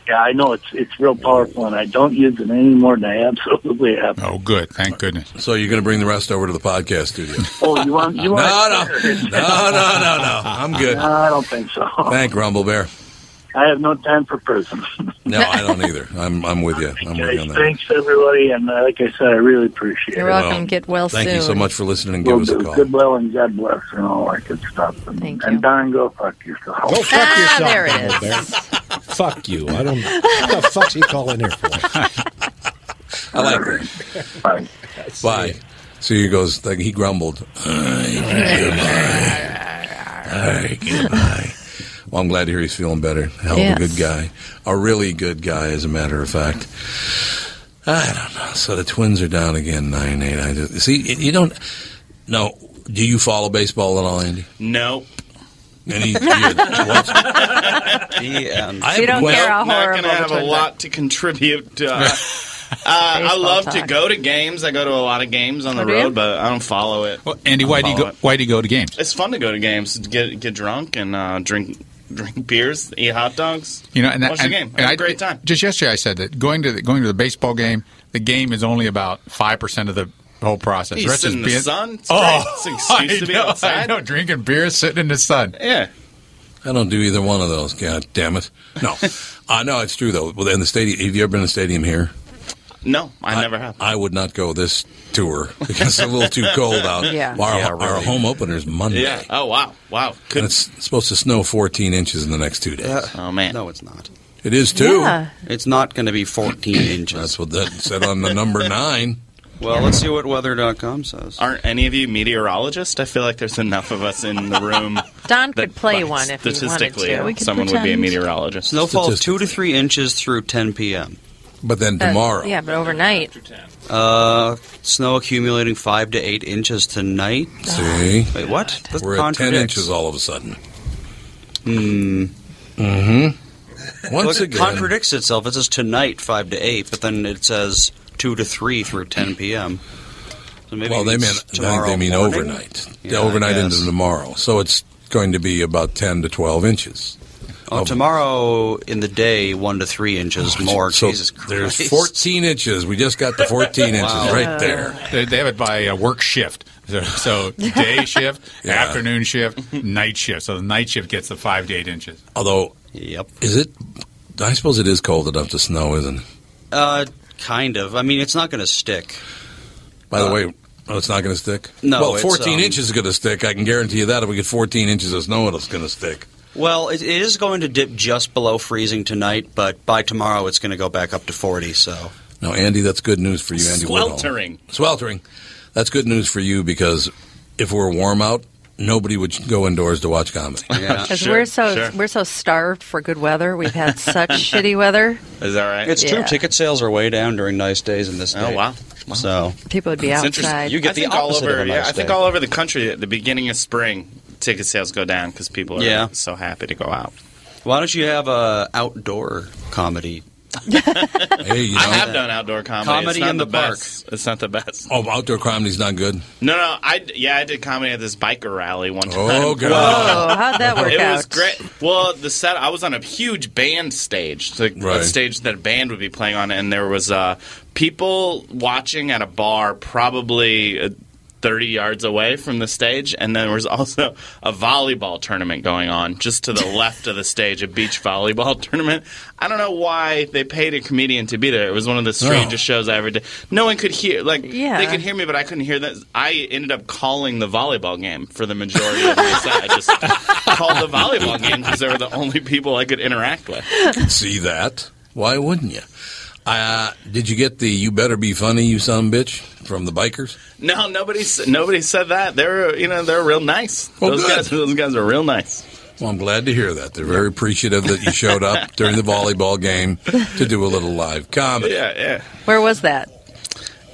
[SPEAKER 2] Yeah, I know it's it's real powerful, and I don't use it any more than I absolutely have.
[SPEAKER 3] Oh, good. Thank goodness. So you're going to bring the rest over to the podcast <laughs> studio.
[SPEAKER 2] Oh, you want you want?
[SPEAKER 3] no, no, no, no, no, no. I'm good.
[SPEAKER 2] No, I don't think so.
[SPEAKER 3] Thank Grumble Bear.
[SPEAKER 2] I have no time for prison.
[SPEAKER 3] No, I don't either. I'm I'm with you. I'm with you <laughs> on that.
[SPEAKER 2] Thanks everybody, and uh, like I said, I really appreciate
[SPEAKER 18] You're
[SPEAKER 2] it.
[SPEAKER 18] welcome. Get well
[SPEAKER 3] Thank
[SPEAKER 18] soon.
[SPEAKER 3] you so much for listening and
[SPEAKER 2] Will
[SPEAKER 3] give us a
[SPEAKER 2] do.
[SPEAKER 3] call.
[SPEAKER 2] Good will and God bless and all that good stuff. And, Thank you. And Don, go fuck yourself. Go
[SPEAKER 22] fuck Ah, yourself, there it Donald Fuck you. I don't What the fuck's he calling here for?
[SPEAKER 13] <laughs>
[SPEAKER 3] I like that. Bye. Bye. So he goes, like, he grumbled. Aye, goodbye. Aye, goodbye. Well, I'm glad to hear he's feeling better. Hell of
[SPEAKER 24] Yes.
[SPEAKER 3] a good guy. A really good guy, as a matter of fact. I don't know. So the Twins are down again, 9 8. I just, see, you don't. No. Do you follow baseball at all, Andy?
[SPEAKER 1] No.
[SPEAKER 3] Any, do you- I-
[SPEAKER 1] am
[SPEAKER 3] You don't
[SPEAKER 1] well,
[SPEAKER 3] care how
[SPEAKER 1] not
[SPEAKER 3] horrible
[SPEAKER 1] gonna have
[SPEAKER 3] the
[SPEAKER 1] a
[SPEAKER 3] Twins
[SPEAKER 1] lot to contribute. Uh, uh, I
[SPEAKER 22] Baseball
[SPEAKER 1] love to
[SPEAKER 22] talk.
[SPEAKER 1] go to games. I go to a lot of games on the
[SPEAKER 22] Oh, do you?
[SPEAKER 1] road, but I don't follow it. Well,
[SPEAKER 19] Andy, why do you go? Why do you go to games?
[SPEAKER 1] It's fun to go to games, get get drunk, and uh, drink drink beers, eat hot dogs.
[SPEAKER 19] You know, and that,
[SPEAKER 1] watch the
[SPEAKER 19] and-
[SPEAKER 1] game.
[SPEAKER 19] and
[SPEAKER 1] Have a
[SPEAKER 19] I-
[SPEAKER 1] great time.
[SPEAKER 19] Just yesterday, I said that going to the, going to the baseball game, the game is only about five percent of the whole process.
[SPEAKER 1] You
[SPEAKER 19] The rest
[SPEAKER 1] sit
[SPEAKER 19] is
[SPEAKER 1] in the
[SPEAKER 19] being-
[SPEAKER 1] sun. It's great.
[SPEAKER 19] oh,
[SPEAKER 1] It's an
[SPEAKER 19] <laughs>
[SPEAKER 1] excuse
[SPEAKER 19] I
[SPEAKER 1] to be
[SPEAKER 19] know, I
[SPEAKER 1] outside.
[SPEAKER 19] know, drinking beer, sitting in the sun.
[SPEAKER 1] Yeah.
[SPEAKER 3] I don't do either one of those. God damn it!
[SPEAKER 1] <laughs>
[SPEAKER 3] No, uh, no, it's true though. Well, in the stadium, have you ever been in a stadium here?
[SPEAKER 1] No, I, never have.
[SPEAKER 3] I would not go this tour because it's a little too cold out.
[SPEAKER 1] Yeah.
[SPEAKER 3] Our,
[SPEAKER 1] Yeah,
[SPEAKER 3] our
[SPEAKER 1] really.
[SPEAKER 3] home opener's Monday.
[SPEAKER 1] Yeah. Oh wow. Wow.
[SPEAKER 3] And it's supposed to snow 14 inches in the next two days.
[SPEAKER 1] oh man,
[SPEAKER 13] no, it's not.
[SPEAKER 3] It is too.
[SPEAKER 13] Yeah.
[SPEAKER 3] It's not going to be 14 inches. That's what that
[SPEAKER 13] <laughs>
[SPEAKER 3] said on the number nine.
[SPEAKER 13] Well, let's see what weather.com says.
[SPEAKER 1] Aren't any of you meteorologists? I feel like there's enough of us in the room.
[SPEAKER 18] Don could
[SPEAKER 1] that
[SPEAKER 18] play
[SPEAKER 1] by
[SPEAKER 18] one if he wanted
[SPEAKER 1] statistically,
[SPEAKER 18] to. We could
[SPEAKER 1] someone would be a
[SPEAKER 18] pretend.
[SPEAKER 1] meteorologist.
[SPEAKER 13] Snowfall two to three inches through 10 p.m.
[SPEAKER 3] But then
[SPEAKER 18] Uh, yeah, but overnight.
[SPEAKER 13] Uh, snow accumulating five to eight inches tonight.
[SPEAKER 3] See,
[SPEAKER 13] wait, what? That
[SPEAKER 3] We're at 10
[SPEAKER 13] contradicts.
[SPEAKER 3] inches all of a sudden.
[SPEAKER 13] Hmm.
[SPEAKER 3] Mm-hmm. Once
[SPEAKER 13] Look,
[SPEAKER 3] again,
[SPEAKER 13] it contradicts itself. It says tonight five to eight, but then it says two to three through 10 p.m. So maybe
[SPEAKER 3] well, they mean
[SPEAKER 13] it's
[SPEAKER 3] I think they
[SPEAKER 13] tomorrow
[SPEAKER 3] mean
[SPEAKER 13] morning?
[SPEAKER 3] overnight,
[SPEAKER 13] Yeah, I
[SPEAKER 3] overnight
[SPEAKER 13] guess.
[SPEAKER 3] into tomorrow. So it's going to be about 10 to 12 inches.
[SPEAKER 13] Oh,
[SPEAKER 3] of- Oh,
[SPEAKER 13] tomorrow in the day, one to three inches more.
[SPEAKER 3] So
[SPEAKER 13] Jesus Christ!
[SPEAKER 3] There's 14 inches. We just got the
[SPEAKER 13] <laughs>
[SPEAKER 3] 14 inches
[SPEAKER 13] Wow.
[SPEAKER 3] right there.
[SPEAKER 19] They, they have it by uh, work shift. So, so day shift, afternoon shift, night shift. So the night shift gets the five to eight inches.
[SPEAKER 3] Although,
[SPEAKER 13] yep,
[SPEAKER 3] is it? I suppose it is cold enough to snow, isn't it?
[SPEAKER 13] Uh, kind of. I mean, it's not going to stick.
[SPEAKER 3] By the way, oh, it's not going to stick.
[SPEAKER 13] Uh, No,
[SPEAKER 3] well,
[SPEAKER 13] it's,
[SPEAKER 3] 14
[SPEAKER 13] um,
[SPEAKER 3] inches is going to stick. I can guarantee you that. If we get 14 inches of snow, it's going to stick.
[SPEAKER 13] Well, it, it is going to dip just below freezing tonight, but by tomorrow it's going to go back up to 40. So
[SPEAKER 3] No, Andy, that's good news for you, Andy. Woodhull.
[SPEAKER 13] Sweltering.
[SPEAKER 3] Sweltering. That's good news for you because if we're warm out, nobody would go indoors to watch comedy.
[SPEAKER 18] <laughs> Because we're so we're so starved for good weather. We've had such <laughs> shitty weather.
[SPEAKER 1] Is that right?
[SPEAKER 13] It's
[SPEAKER 18] Yeah.
[SPEAKER 13] true. Ticket sales are way down during nice days in this.
[SPEAKER 1] Oh,
[SPEAKER 13] state.
[SPEAKER 1] wow.
[SPEAKER 13] So
[SPEAKER 18] People would be
[SPEAKER 13] It's interesting.
[SPEAKER 18] outside.
[SPEAKER 13] You get the
[SPEAKER 1] think all
[SPEAKER 13] opposite
[SPEAKER 1] over.
[SPEAKER 13] of a
[SPEAKER 1] yeah,
[SPEAKER 13] nice
[SPEAKER 1] I think
[SPEAKER 13] day.
[SPEAKER 1] all over the country at the beginning of spring, ticket sales go down because people are
[SPEAKER 13] Yeah.
[SPEAKER 1] so happy to go out.
[SPEAKER 13] why don't you have a outdoor
[SPEAKER 1] <laughs>
[SPEAKER 13] comedy?
[SPEAKER 1] I have done outdoor comedy. It's
[SPEAKER 13] Comedy
[SPEAKER 1] not
[SPEAKER 13] in the, park.
[SPEAKER 1] best. It's not the best.
[SPEAKER 3] Oh, outdoor comedy's not good.
[SPEAKER 1] No, no. I yeah, I did comedy at this biker rally one time.
[SPEAKER 3] Oh, God.
[SPEAKER 18] Whoa, how'd that work
[SPEAKER 1] it was
[SPEAKER 18] out?
[SPEAKER 1] great. Well, the set I was on a huge band stage, like
[SPEAKER 3] Right.
[SPEAKER 1] a stage that a band would be playing on, and there was uh, people watching at a bar, probably. Uh, 30 yards away from the stage and then there was also a volleyball tournament going on just to the left of the stage a beach volleyball <laughs> tournament i don't know why they paid a comedian to be there it was one of the strangest shows i ever did no one could hear like
[SPEAKER 18] Yeah.
[SPEAKER 1] they could hear me but i couldn't hear that i ended up calling the volleyball game for the majority of the set i just <laughs> called the volleyball game because they were the only people I could interact with.
[SPEAKER 3] <laughs> See that? Why wouldn't you? Uh, did you get the "You better be funny, you son of a bitch" from the bikers?
[SPEAKER 1] No, nobody s- nobody said that. They're you know they're real nice. those guys those guys are real nice.
[SPEAKER 3] Well, I'm glad to hear that. They're very appreciative that you showed
[SPEAKER 1] <laughs>
[SPEAKER 3] up during the volleyball game to do a little uh, live comedy.
[SPEAKER 1] Yeah, yeah.
[SPEAKER 18] Where was that?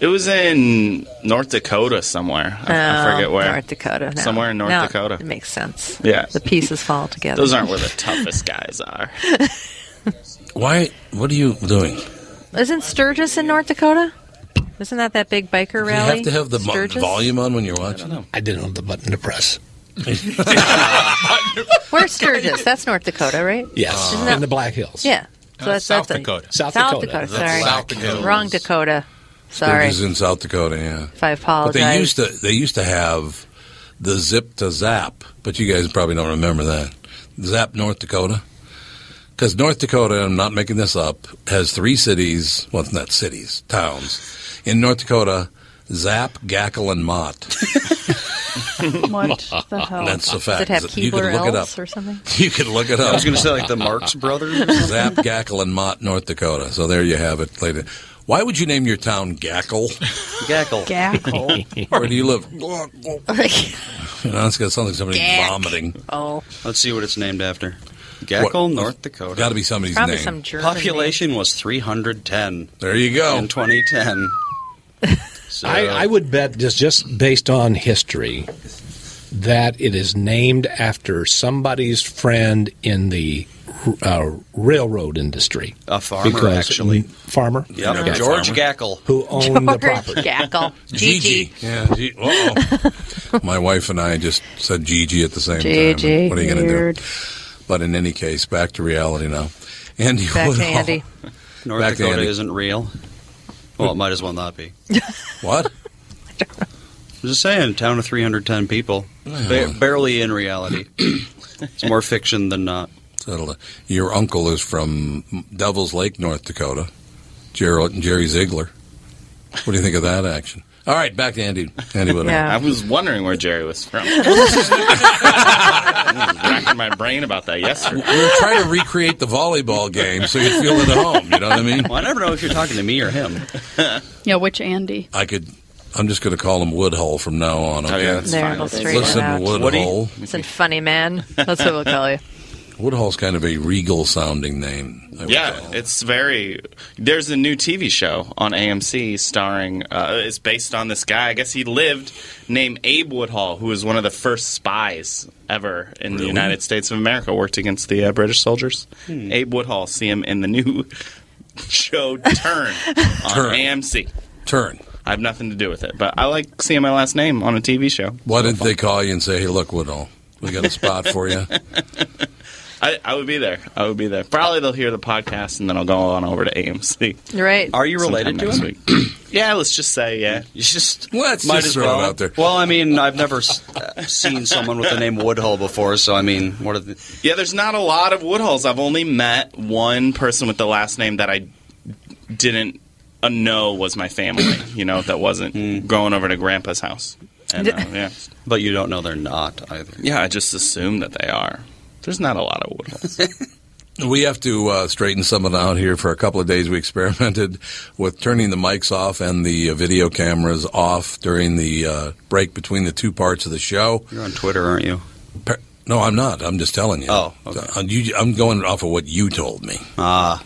[SPEAKER 1] It was in North Dakota somewhere. I, I
[SPEAKER 18] Oh,
[SPEAKER 1] forget where.
[SPEAKER 18] North Dakota. No.
[SPEAKER 1] Somewhere in North
[SPEAKER 18] No,
[SPEAKER 1] Dakota.
[SPEAKER 18] It makes sense.
[SPEAKER 1] Yeah.
[SPEAKER 18] The pieces fall together.
[SPEAKER 1] Those aren't where the toughest guys are.
[SPEAKER 3] Why? What are you doing?
[SPEAKER 18] Isn't Sturgis in North Dakota? Isn't that that big biker
[SPEAKER 3] You
[SPEAKER 18] rally?
[SPEAKER 3] have to have the mo-
[SPEAKER 18] Sturgis?
[SPEAKER 3] volume on when you're watching.
[SPEAKER 22] I didn't have the button to press.
[SPEAKER 18] Where's Sturgis? That's North Dakota, right?
[SPEAKER 22] Yes,
[SPEAKER 18] Isn't that-
[SPEAKER 22] Uh, in the Black Hills.
[SPEAKER 18] Yeah. So
[SPEAKER 22] No,
[SPEAKER 18] that's
[SPEAKER 22] South
[SPEAKER 18] not the-
[SPEAKER 22] Dakota. South
[SPEAKER 18] South
[SPEAKER 22] Dakota.
[SPEAKER 18] Dakota.
[SPEAKER 22] That's
[SPEAKER 18] Sorry.
[SPEAKER 22] South Dakota.
[SPEAKER 18] Wrong Dakota. Sorry.
[SPEAKER 3] Sturgis in South Dakota. Yeah.
[SPEAKER 18] If I
[SPEAKER 3] But
[SPEAKER 18] apologize.
[SPEAKER 3] they used to they used to have the zip to zap, but you guys probably don't remember that. Zap North Dakota. Because North Dakota, I'm not making this up, has three cities. Well, it's not cities, towns. In North Dakota, Zap, Gackle, and Mott.
[SPEAKER 2] What the
[SPEAKER 3] <laughs>
[SPEAKER 2] hell?
[SPEAKER 3] That's a fact.
[SPEAKER 2] Does it have
[SPEAKER 3] you
[SPEAKER 2] Keebler
[SPEAKER 3] can look it
[SPEAKER 2] Elves
[SPEAKER 3] up.
[SPEAKER 2] or something?
[SPEAKER 3] <laughs> You can look it up.
[SPEAKER 13] I was gonna say, like,
[SPEAKER 3] <laughs>
[SPEAKER 13] the Marx Brothers or something.
[SPEAKER 3] Zap, Gackle, and Mott, North Dakota. So there you have it. Later. Why would you name your town Gackle?
[SPEAKER 13] Gackle.
[SPEAKER 3] Gackle. <laughs> Where do you live?
[SPEAKER 1] Oh,
[SPEAKER 3] You know, it's got something somebody
[SPEAKER 13] Gack.
[SPEAKER 3] vomiting.
[SPEAKER 18] Oh.
[SPEAKER 13] Let's see what it's named after. Gackle,
[SPEAKER 3] What?
[SPEAKER 13] North Dakota.
[SPEAKER 3] Gotta be somebody's
[SPEAKER 18] Probably name. some German
[SPEAKER 13] Population was 310.
[SPEAKER 3] There you go.
[SPEAKER 13] In 2010. So,
[SPEAKER 22] I, I would bet just just based on history that it is named after somebody's friend in the uh, railroad industry.
[SPEAKER 13] A farmer, actually.
[SPEAKER 22] farmer.
[SPEAKER 13] Yep.
[SPEAKER 22] Okay.
[SPEAKER 13] George Gackle.
[SPEAKER 22] who
[SPEAKER 18] <laughs>
[SPEAKER 22] owned the property.
[SPEAKER 18] Gackle.
[SPEAKER 3] Gigi. Yeah. G-
[SPEAKER 18] <laughs>
[SPEAKER 3] uh-oh. My wife and I just said Gigi at the same
[SPEAKER 18] Gigi.
[SPEAKER 3] time. What are you going to
[SPEAKER 18] Weird.
[SPEAKER 3] do? But in any case, back to reality now. Andy
[SPEAKER 18] Back
[SPEAKER 3] <laughs>
[SPEAKER 18] to
[SPEAKER 3] Woodall.
[SPEAKER 18] Andy.
[SPEAKER 13] North
[SPEAKER 3] Back to
[SPEAKER 13] Dakota
[SPEAKER 3] Andy.
[SPEAKER 13] isn't real. Well, it might as well not be.
[SPEAKER 3] <laughs> What?
[SPEAKER 13] I'm just saying, town of 310 people. Ba- barely in
[SPEAKER 3] <clears throat>
[SPEAKER 13] reality. it's more fiction than not.
[SPEAKER 3] Settle it. Your uncle is from Devil's Lake, North Dakota. Gerald Jerry Ziegler. What do you think of that action? <laughs> All right, back to Andy.
[SPEAKER 18] <laughs>
[SPEAKER 3] Andy Woodall.
[SPEAKER 1] I was wondering where Jerry was from. <laughs> racking my brain
[SPEAKER 3] <laughs>
[SPEAKER 1] about that yesterday.
[SPEAKER 3] We were trying to recreate the volleyball game so you feel at home. You know what I mean?
[SPEAKER 13] Well, I never know if you're talking to me or him.
[SPEAKER 2] Yeah, which Andy?
[SPEAKER 3] I could. I'm just going to call him Woodhull from now on. Okay?
[SPEAKER 1] Oh, yeah, that's
[SPEAKER 18] There, fine. it'll straighten
[SPEAKER 3] Listen,
[SPEAKER 18] it out.
[SPEAKER 3] Woodhull.
[SPEAKER 18] Listen, funny man. That's what we'll call you.
[SPEAKER 3] Woodhull's kind of a regal sounding name. I would
[SPEAKER 1] Yeah, it's very. There's a new TV show on AMC starring. Uh, it's based on this guy. I guess he lived named Abe Woodhull, who was one of the first spies ever in the
[SPEAKER 3] Really?
[SPEAKER 1] United States of America. Worked against the uh, British soldiers.
[SPEAKER 13] Hmm.
[SPEAKER 1] Abe Woodhull. See him in the new <laughs> show Turn on
[SPEAKER 3] Turn.
[SPEAKER 1] AMC.
[SPEAKER 3] Turn.
[SPEAKER 1] I have nothing to do with it, but I like seeing my last name on a TV show.
[SPEAKER 3] Why didn't they call you and say, "Hey, look, Woodhull, we got a spot for you"?
[SPEAKER 1] <laughs> I, I would be there. I would be there. Probably they'll hear the podcast, and then I'll go on over to AMC.
[SPEAKER 18] Right.
[SPEAKER 13] Are you related
[SPEAKER 1] Sometime
[SPEAKER 13] to him?
[SPEAKER 1] next Week. yeah, let's just say yeah.
[SPEAKER 13] You just
[SPEAKER 3] Let's
[SPEAKER 13] might
[SPEAKER 3] just
[SPEAKER 13] as
[SPEAKER 3] throw
[SPEAKER 13] well.
[SPEAKER 3] it out there.
[SPEAKER 13] Well, I mean, I've never s- uh, seen someone with the name Woodhull before, so I mean, what are the,
[SPEAKER 1] Yeah, there's not a lot of Woodhulls. I've only met one person with the last name that I didn't uh, know was my family. You know, that wasn't going over to Grandpa's house. And, uh, yeah,
[SPEAKER 13] Hmm. but you don't know they're not either.
[SPEAKER 3] <laughs>
[SPEAKER 1] yeah. I just assume that they are. There's not a lot of Woodhulls.
[SPEAKER 3] We have to uh, straighten something out here. For a couple of days, we <laughs> experimented with turning the mics off and the uh, video cameras off during the uh, break between the two parts of the show.
[SPEAKER 13] You're on Twitter, aren't you?
[SPEAKER 3] Per- no, I'm not. I'm just telling you. Oh, you, I'm going off of what you told me. Ah.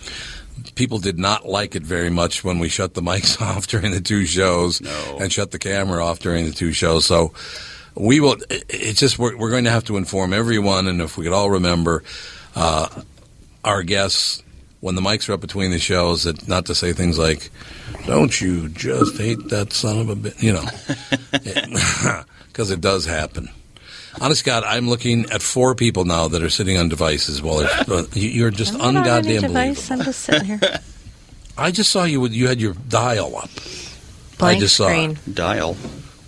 [SPEAKER 3] People did not like it very much when we shut the <laughs> mics off during the two shows and shut the camera off during the two shows. So we will. it- It's just we're, we're going to have to inform everyone, and if we could all remember, uh, our guests when the mics are up between the shows that not to say things like don't you <laughs> just hate that son of a bit you
[SPEAKER 2] <laughs>
[SPEAKER 3] know because it does happen honest god i'm looking at four people now that are sitting on devices while
[SPEAKER 18] <gasps>
[SPEAKER 3] they're, you- you're just
[SPEAKER 18] I'm not on any
[SPEAKER 3] ungoddamn believable
[SPEAKER 18] device. I'm just sitting
[SPEAKER 1] <laughs>
[SPEAKER 18] here.
[SPEAKER 3] i just saw you with you had your dial up i
[SPEAKER 18] Blank
[SPEAKER 3] just saw
[SPEAKER 18] screen.
[SPEAKER 3] dial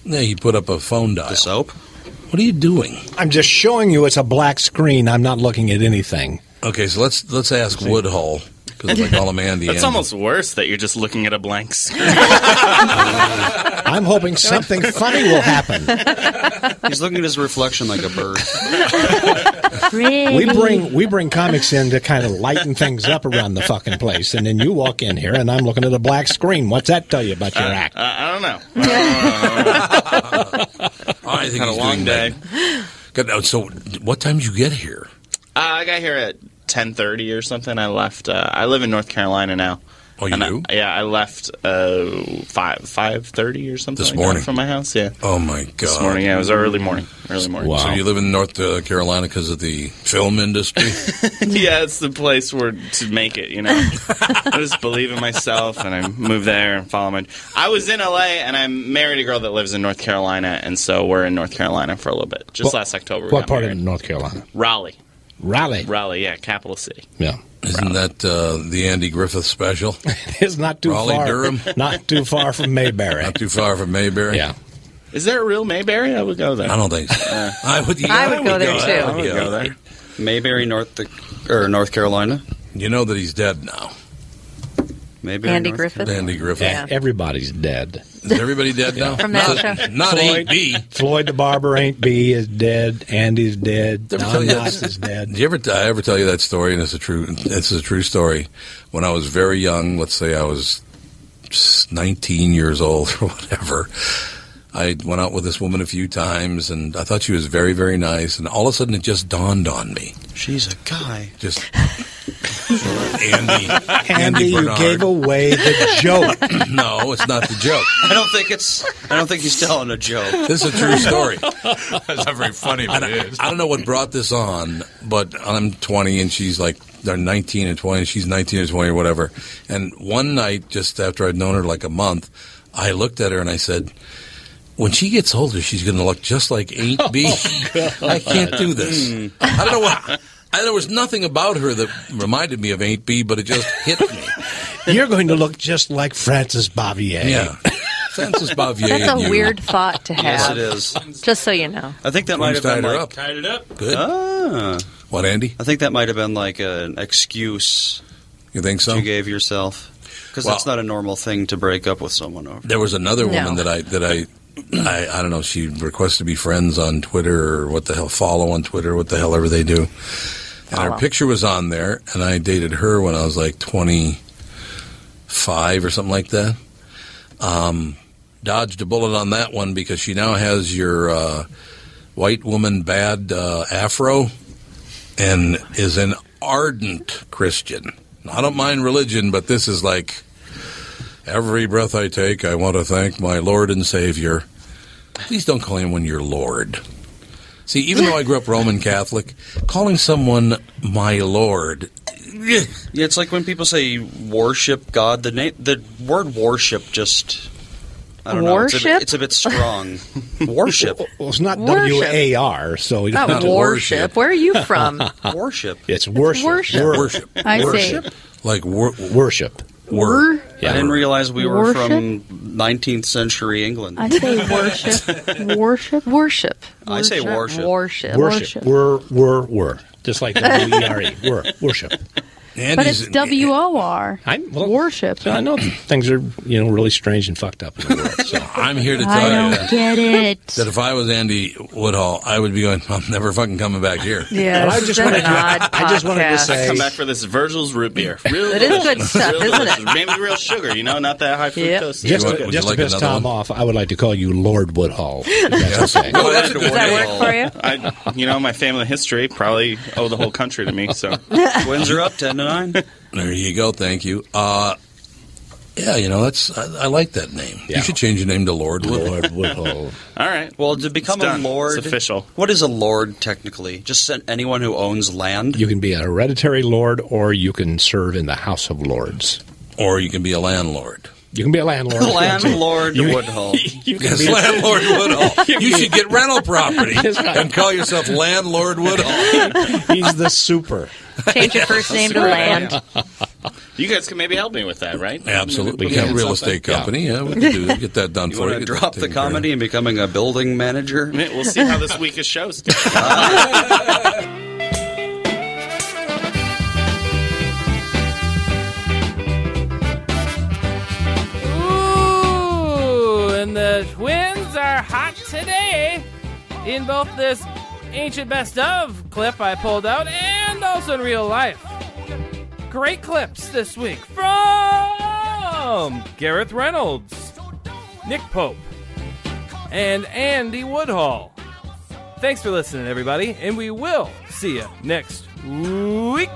[SPEAKER 3] yeah you put up a phone dial the soap what are you doing
[SPEAKER 22] I'm just showing you it's a black screen. I'm not looking at anything.
[SPEAKER 3] okay so let's let's ask woodhull because like
[SPEAKER 1] <laughs>
[SPEAKER 3] all amanda
[SPEAKER 1] That's almost worse that you're just looking at a blank screen.
[SPEAKER 22] I'm hoping something funny will happen.
[SPEAKER 13] He's looking at his reflection like a bird.
[SPEAKER 22] We bring we bring comics in to kind of lighten things up around the fucking place, and then you walk in here and I'm looking at a black screen. What's that tell you about your act?
[SPEAKER 1] Uh, I don't know.
[SPEAKER 3] <laughs>
[SPEAKER 1] I don't know.
[SPEAKER 3] I think
[SPEAKER 1] Had a
[SPEAKER 3] he's doing
[SPEAKER 1] long day.
[SPEAKER 3] God, no, so what time did you get here
[SPEAKER 1] Uh, I got here at 10:30 or something. I left. Uh, I live in North Carolina now.
[SPEAKER 3] Oh, you
[SPEAKER 1] And I-
[SPEAKER 3] do?
[SPEAKER 1] yeah, I left uh, five five thirty or something
[SPEAKER 3] This
[SPEAKER 1] like that
[SPEAKER 3] morning?
[SPEAKER 1] from my house. Yeah.
[SPEAKER 3] Oh my god!
[SPEAKER 1] This morning, yeah, it was early morning. Early morning.
[SPEAKER 3] So <laughs> you live in North uh, Carolina because of the film
[SPEAKER 22] <laughs>
[SPEAKER 3] industry?
[SPEAKER 1] yeah, it's the place where to make it. You
[SPEAKER 3] <laughs>
[SPEAKER 1] know, I just believe in myself, and I move there and follow my. I was in LA, and I married a girl that lives in North Carolina, and so we're in North Carolina for a little bit. Just
[SPEAKER 22] What-
[SPEAKER 1] last October. We
[SPEAKER 22] What
[SPEAKER 1] got
[SPEAKER 22] part
[SPEAKER 1] married.
[SPEAKER 22] of North Carolina?
[SPEAKER 1] Raleigh.
[SPEAKER 22] Raleigh.
[SPEAKER 1] Raleigh, yeah, capital city.
[SPEAKER 22] Yeah.
[SPEAKER 3] Isn't that uh, the Andy Griffith
[SPEAKER 22] <laughs>
[SPEAKER 3] special?
[SPEAKER 22] It's not too
[SPEAKER 3] Raleigh,
[SPEAKER 22] far.
[SPEAKER 3] Durham?
[SPEAKER 22] <laughs> Not too far from Mayberry.
[SPEAKER 3] Not too far from Mayberry?
[SPEAKER 22] Yeah.
[SPEAKER 1] Is there a real Mayberry? I would go there. Uh,
[SPEAKER 3] I don't think so. I would,
[SPEAKER 13] I would go there, too.
[SPEAKER 1] I would go there.
[SPEAKER 13] Mayberry, North or North Carolina.
[SPEAKER 3] You know that he's dead now.
[SPEAKER 13] Mayberry,
[SPEAKER 18] Andy North Griffith? Carolina.
[SPEAKER 3] Andy Griffith.
[SPEAKER 18] Yeah.
[SPEAKER 22] Everybody's dead.
[SPEAKER 3] Is everybody dead now?
[SPEAKER 18] From
[SPEAKER 3] not,
[SPEAKER 18] that show.
[SPEAKER 3] Not
[SPEAKER 22] Floyd-
[SPEAKER 3] 8B.
[SPEAKER 22] Floyd the Barber ain't B is dead. Andy's dead.
[SPEAKER 3] Did I ever tell
[SPEAKER 22] Don
[SPEAKER 3] you
[SPEAKER 22] Knotts
[SPEAKER 3] that-
[SPEAKER 22] is dead.
[SPEAKER 3] Did you ever, I ever tell you that story? And it's a true, it's a true story. When I was very young, let's say I was 19 years old or <laughs> whatever, I went out with this woman a few times, and I thought she was very, very nice. And all of a sudden, it just dawned on me.
[SPEAKER 13] She's a guy.
[SPEAKER 22] <laughs>
[SPEAKER 3] Just Andy, Andy,
[SPEAKER 22] Andy, you
[SPEAKER 3] Bernard.
[SPEAKER 22] gave away the joke.
[SPEAKER 3] <clears throat> no, it's not the joke.
[SPEAKER 13] I don't think it's. I don't think he's telling a joke.
[SPEAKER 3] This is a true story.
[SPEAKER 25] <laughs> That's not very funny,
[SPEAKER 3] I
[SPEAKER 25] but it
[SPEAKER 3] don't,
[SPEAKER 25] is.
[SPEAKER 3] I don't know what brought this on, but I'm 20 and she's like they're 19 and 20, and she's 19 or 20 or whatever. And one night, just after I'd known her like a month, I looked at her and I said, "When she gets older, she's going to look just like Ain't B. <laughs> I can't do this.
[SPEAKER 26] Mm.
[SPEAKER 3] I don't know why." I, there was nothing about her that reminded me of Ain't B, but it just hit me.
[SPEAKER 22] You're going to look just like Francis Bobbier.
[SPEAKER 3] Yeah, Francis Bouvier.
[SPEAKER 18] That's
[SPEAKER 3] and
[SPEAKER 18] a
[SPEAKER 3] you.
[SPEAKER 18] weird thought to have.
[SPEAKER 3] Yes, it is.
[SPEAKER 18] Just so you know.
[SPEAKER 13] I think that might have
[SPEAKER 3] tied
[SPEAKER 13] been
[SPEAKER 3] her
[SPEAKER 13] like.
[SPEAKER 3] up.
[SPEAKER 8] Tied it up.
[SPEAKER 3] Good.
[SPEAKER 13] Ah.
[SPEAKER 3] What, Andy?
[SPEAKER 13] I think that might have been like an excuse.
[SPEAKER 3] You think so?
[SPEAKER 13] You gave yourself because
[SPEAKER 3] Well-
[SPEAKER 13] that's not a normal thing to break up with someone over.
[SPEAKER 3] There was another
[SPEAKER 13] No.
[SPEAKER 3] woman that I that I, I I don't know. She requested to be friends on Twitter or what the hell follow on Twitter, what the hell ever they do. And her
[SPEAKER 19] Follow.
[SPEAKER 3] picture was on there, and I dated her when I was like twenty five or something like that. Um, dodged a bullet on that one because she now has your uh, white woman bad uh, afro, and is an ardent Christian. I don't mind religion, but this is like Every breath I take, I want to thank my Lord and Savior. Please don't call anyone your Lord. See, even though I grew up Roman Catholic, calling someone my Lord, Yeah,
[SPEAKER 13] it's like when people say worship God. The name, the word worship, just I don't know.
[SPEAKER 22] Worship?
[SPEAKER 13] It's a bit, it's a bit strong. <laughs> worship.
[SPEAKER 22] Well, it's not
[SPEAKER 13] Worship.
[SPEAKER 22] W A R, so you
[SPEAKER 13] Not
[SPEAKER 18] Oh,
[SPEAKER 22] don't have to
[SPEAKER 13] worship.
[SPEAKER 18] Where are you from?
[SPEAKER 13] <laughs> worship.
[SPEAKER 22] It's worship.
[SPEAKER 18] worship.
[SPEAKER 22] Wor-
[SPEAKER 18] Worship. I see.
[SPEAKER 22] Worship.
[SPEAKER 3] Like wor-
[SPEAKER 22] worship.
[SPEAKER 3] Wor-
[SPEAKER 13] I didn't realize we were
[SPEAKER 18] Worship?
[SPEAKER 13] from 19th century England.
[SPEAKER 18] I say worship. worship. Worship.
[SPEAKER 13] I say worship.
[SPEAKER 18] Worship. <laughs>
[SPEAKER 22] Worship. Wor, wor, wor. Just like the W E R E. Wor. Worship.
[SPEAKER 18] but it's W O R.
[SPEAKER 22] I well, worship. I know things are you know really strange and fucked up. In the world, so.
[SPEAKER 3] I'm here to tell
[SPEAKER 18] I
[SPEAKER 3] you
[SPEAKER 18] don't
[SPEAKER 3] that,
[SPEAKER 18] get it.
[SPEAKER 3] that if I was Andy Woodhall, I would be going, I'm never fucking coming back here.
[SPEAKER 7] Yeah,
[SPEAKER 1] But I
[SPEAKER 7] this
[SPEAKER 1] just
[SPEAKER 7] is an
[SPEAKER 1] wanted to-
[SPEAKER 7] odd
[SPEAKER 1] I just wanted to
[SPEAKER 7] podcast.
[SPEAKER 1] I come back for this Virgil's root <laughs> beer. Real
[SPEAKER 7] It is good
[SPEAKER 1] delicious.
[SPEAKER 7] stuff,
[SPEAKER 1] real
[SPEAKER 7] isn't it?
[SPEAKER 1] delicious. Maybe real sugar, you know, not that high
[SPEAKER 7] Yep.
[SPEAKER 22] Just,
[SPEAKER 1] fructose. It's
[SPEAKER 22] to,
[SPEAKER 1] good.
[SPEAKER 22] just to piss Tom off, I would like to call you Lord
[SPEAKER 13] <laughs>
[SPEAKER 22] Woodhull. if That's
[SPEAKER 1] <laughs>
[SPEAKER 22] okay.
[SPEAKER 1] Does
[SPEAKER 22] that
[SPEAKER 1] work
[SPEAKER 22] for you?
[SPEAKER 1] I, you know, my family history probably owe the whole country to me.
[SPEAKER 7] <laughs>
[SPEAKER 1] So
[SPEAKER 3] Winds
[SPEAKER 1] are up ten to nine.
[SPEAKER 3] There you go. Thank you. Uh, yeah, you know that's I, I like that name. You should change your name to Lord Woodhull.
[SPEAKER 22] Lord Woodhull.
[SPEAKER 1] <laughs> All right.
[SPEAKER 13] Well, to become
[SPEAKER 22] It's
[SPEAKER 13] a
[SPEAKER 22] done.
[SPEAKER 13] lord,
[SPEAKER 22] It's official.
[SPEAKER 13] What is a lord technically? Just an- anyone who owns land.
[SPEAKER 22] You can be a hereditary lord, or you can serve in the House of Lords,
[SPEAKER 3] or you can be a landlord.
[SPEAKER 22] You can be a
[SPEAKER 13] <laughs>
[SPEAKER 22] landlord.
[SPEAKER 13] Landlord
[SPEAKER 22] You-
[SPEAKER 13] Woodhull.
[SPEAKER 22] <laughs> you
[SPEAKER 3] <laughs> Yes, landlord Woodhull. You should get rental property
[SPEAKER 22] <laughs> That's right.
[SPEAKER 3] and call yourself landlord Woodhull.
[SPEAKER 22] <laughs> He's the super.
[SPEAKER 7] <laughs> Change your first name to Land.
[SPEAKER 1] You guys can maybe help me with that, right?
[SPEAKER 3] Absolutely,
[SPEAKER 1] Maybe
[SPEAKER 3] yeah,
[SPEAKER 1] we can
[SPEAKER 3] real
[SPEAKER 1] get
[SPEAKER 3] estate
[SPEAKER 1] something.
[SPEAKER 3] company. Yeah, we can do get that done
[SPEAKER 13] <laughs> You
[SPEAKER 3] for you.
[SPEAKER 13] want to
[SPEAKER 3] Get that
[SPEAKER 13] drop the
[SPEAKER 3] taken care of.
[SPEAKER 13] comedy and becoming a building manager?
[SPEAKER 1] Yeah, We'll see how this week
[SPEAKER 3] <laughs>
[SPEAKER 1] is <laughs> shows.
[SPEAKER 8] Ooh, and the twins are hot today in both this ancient best of clip I pulled out and also in real life. Great clips this week from Gareth Reynolds, Nick Pope, and Andy Woodhall. Thanks for listening, everybody, and we will see you next week.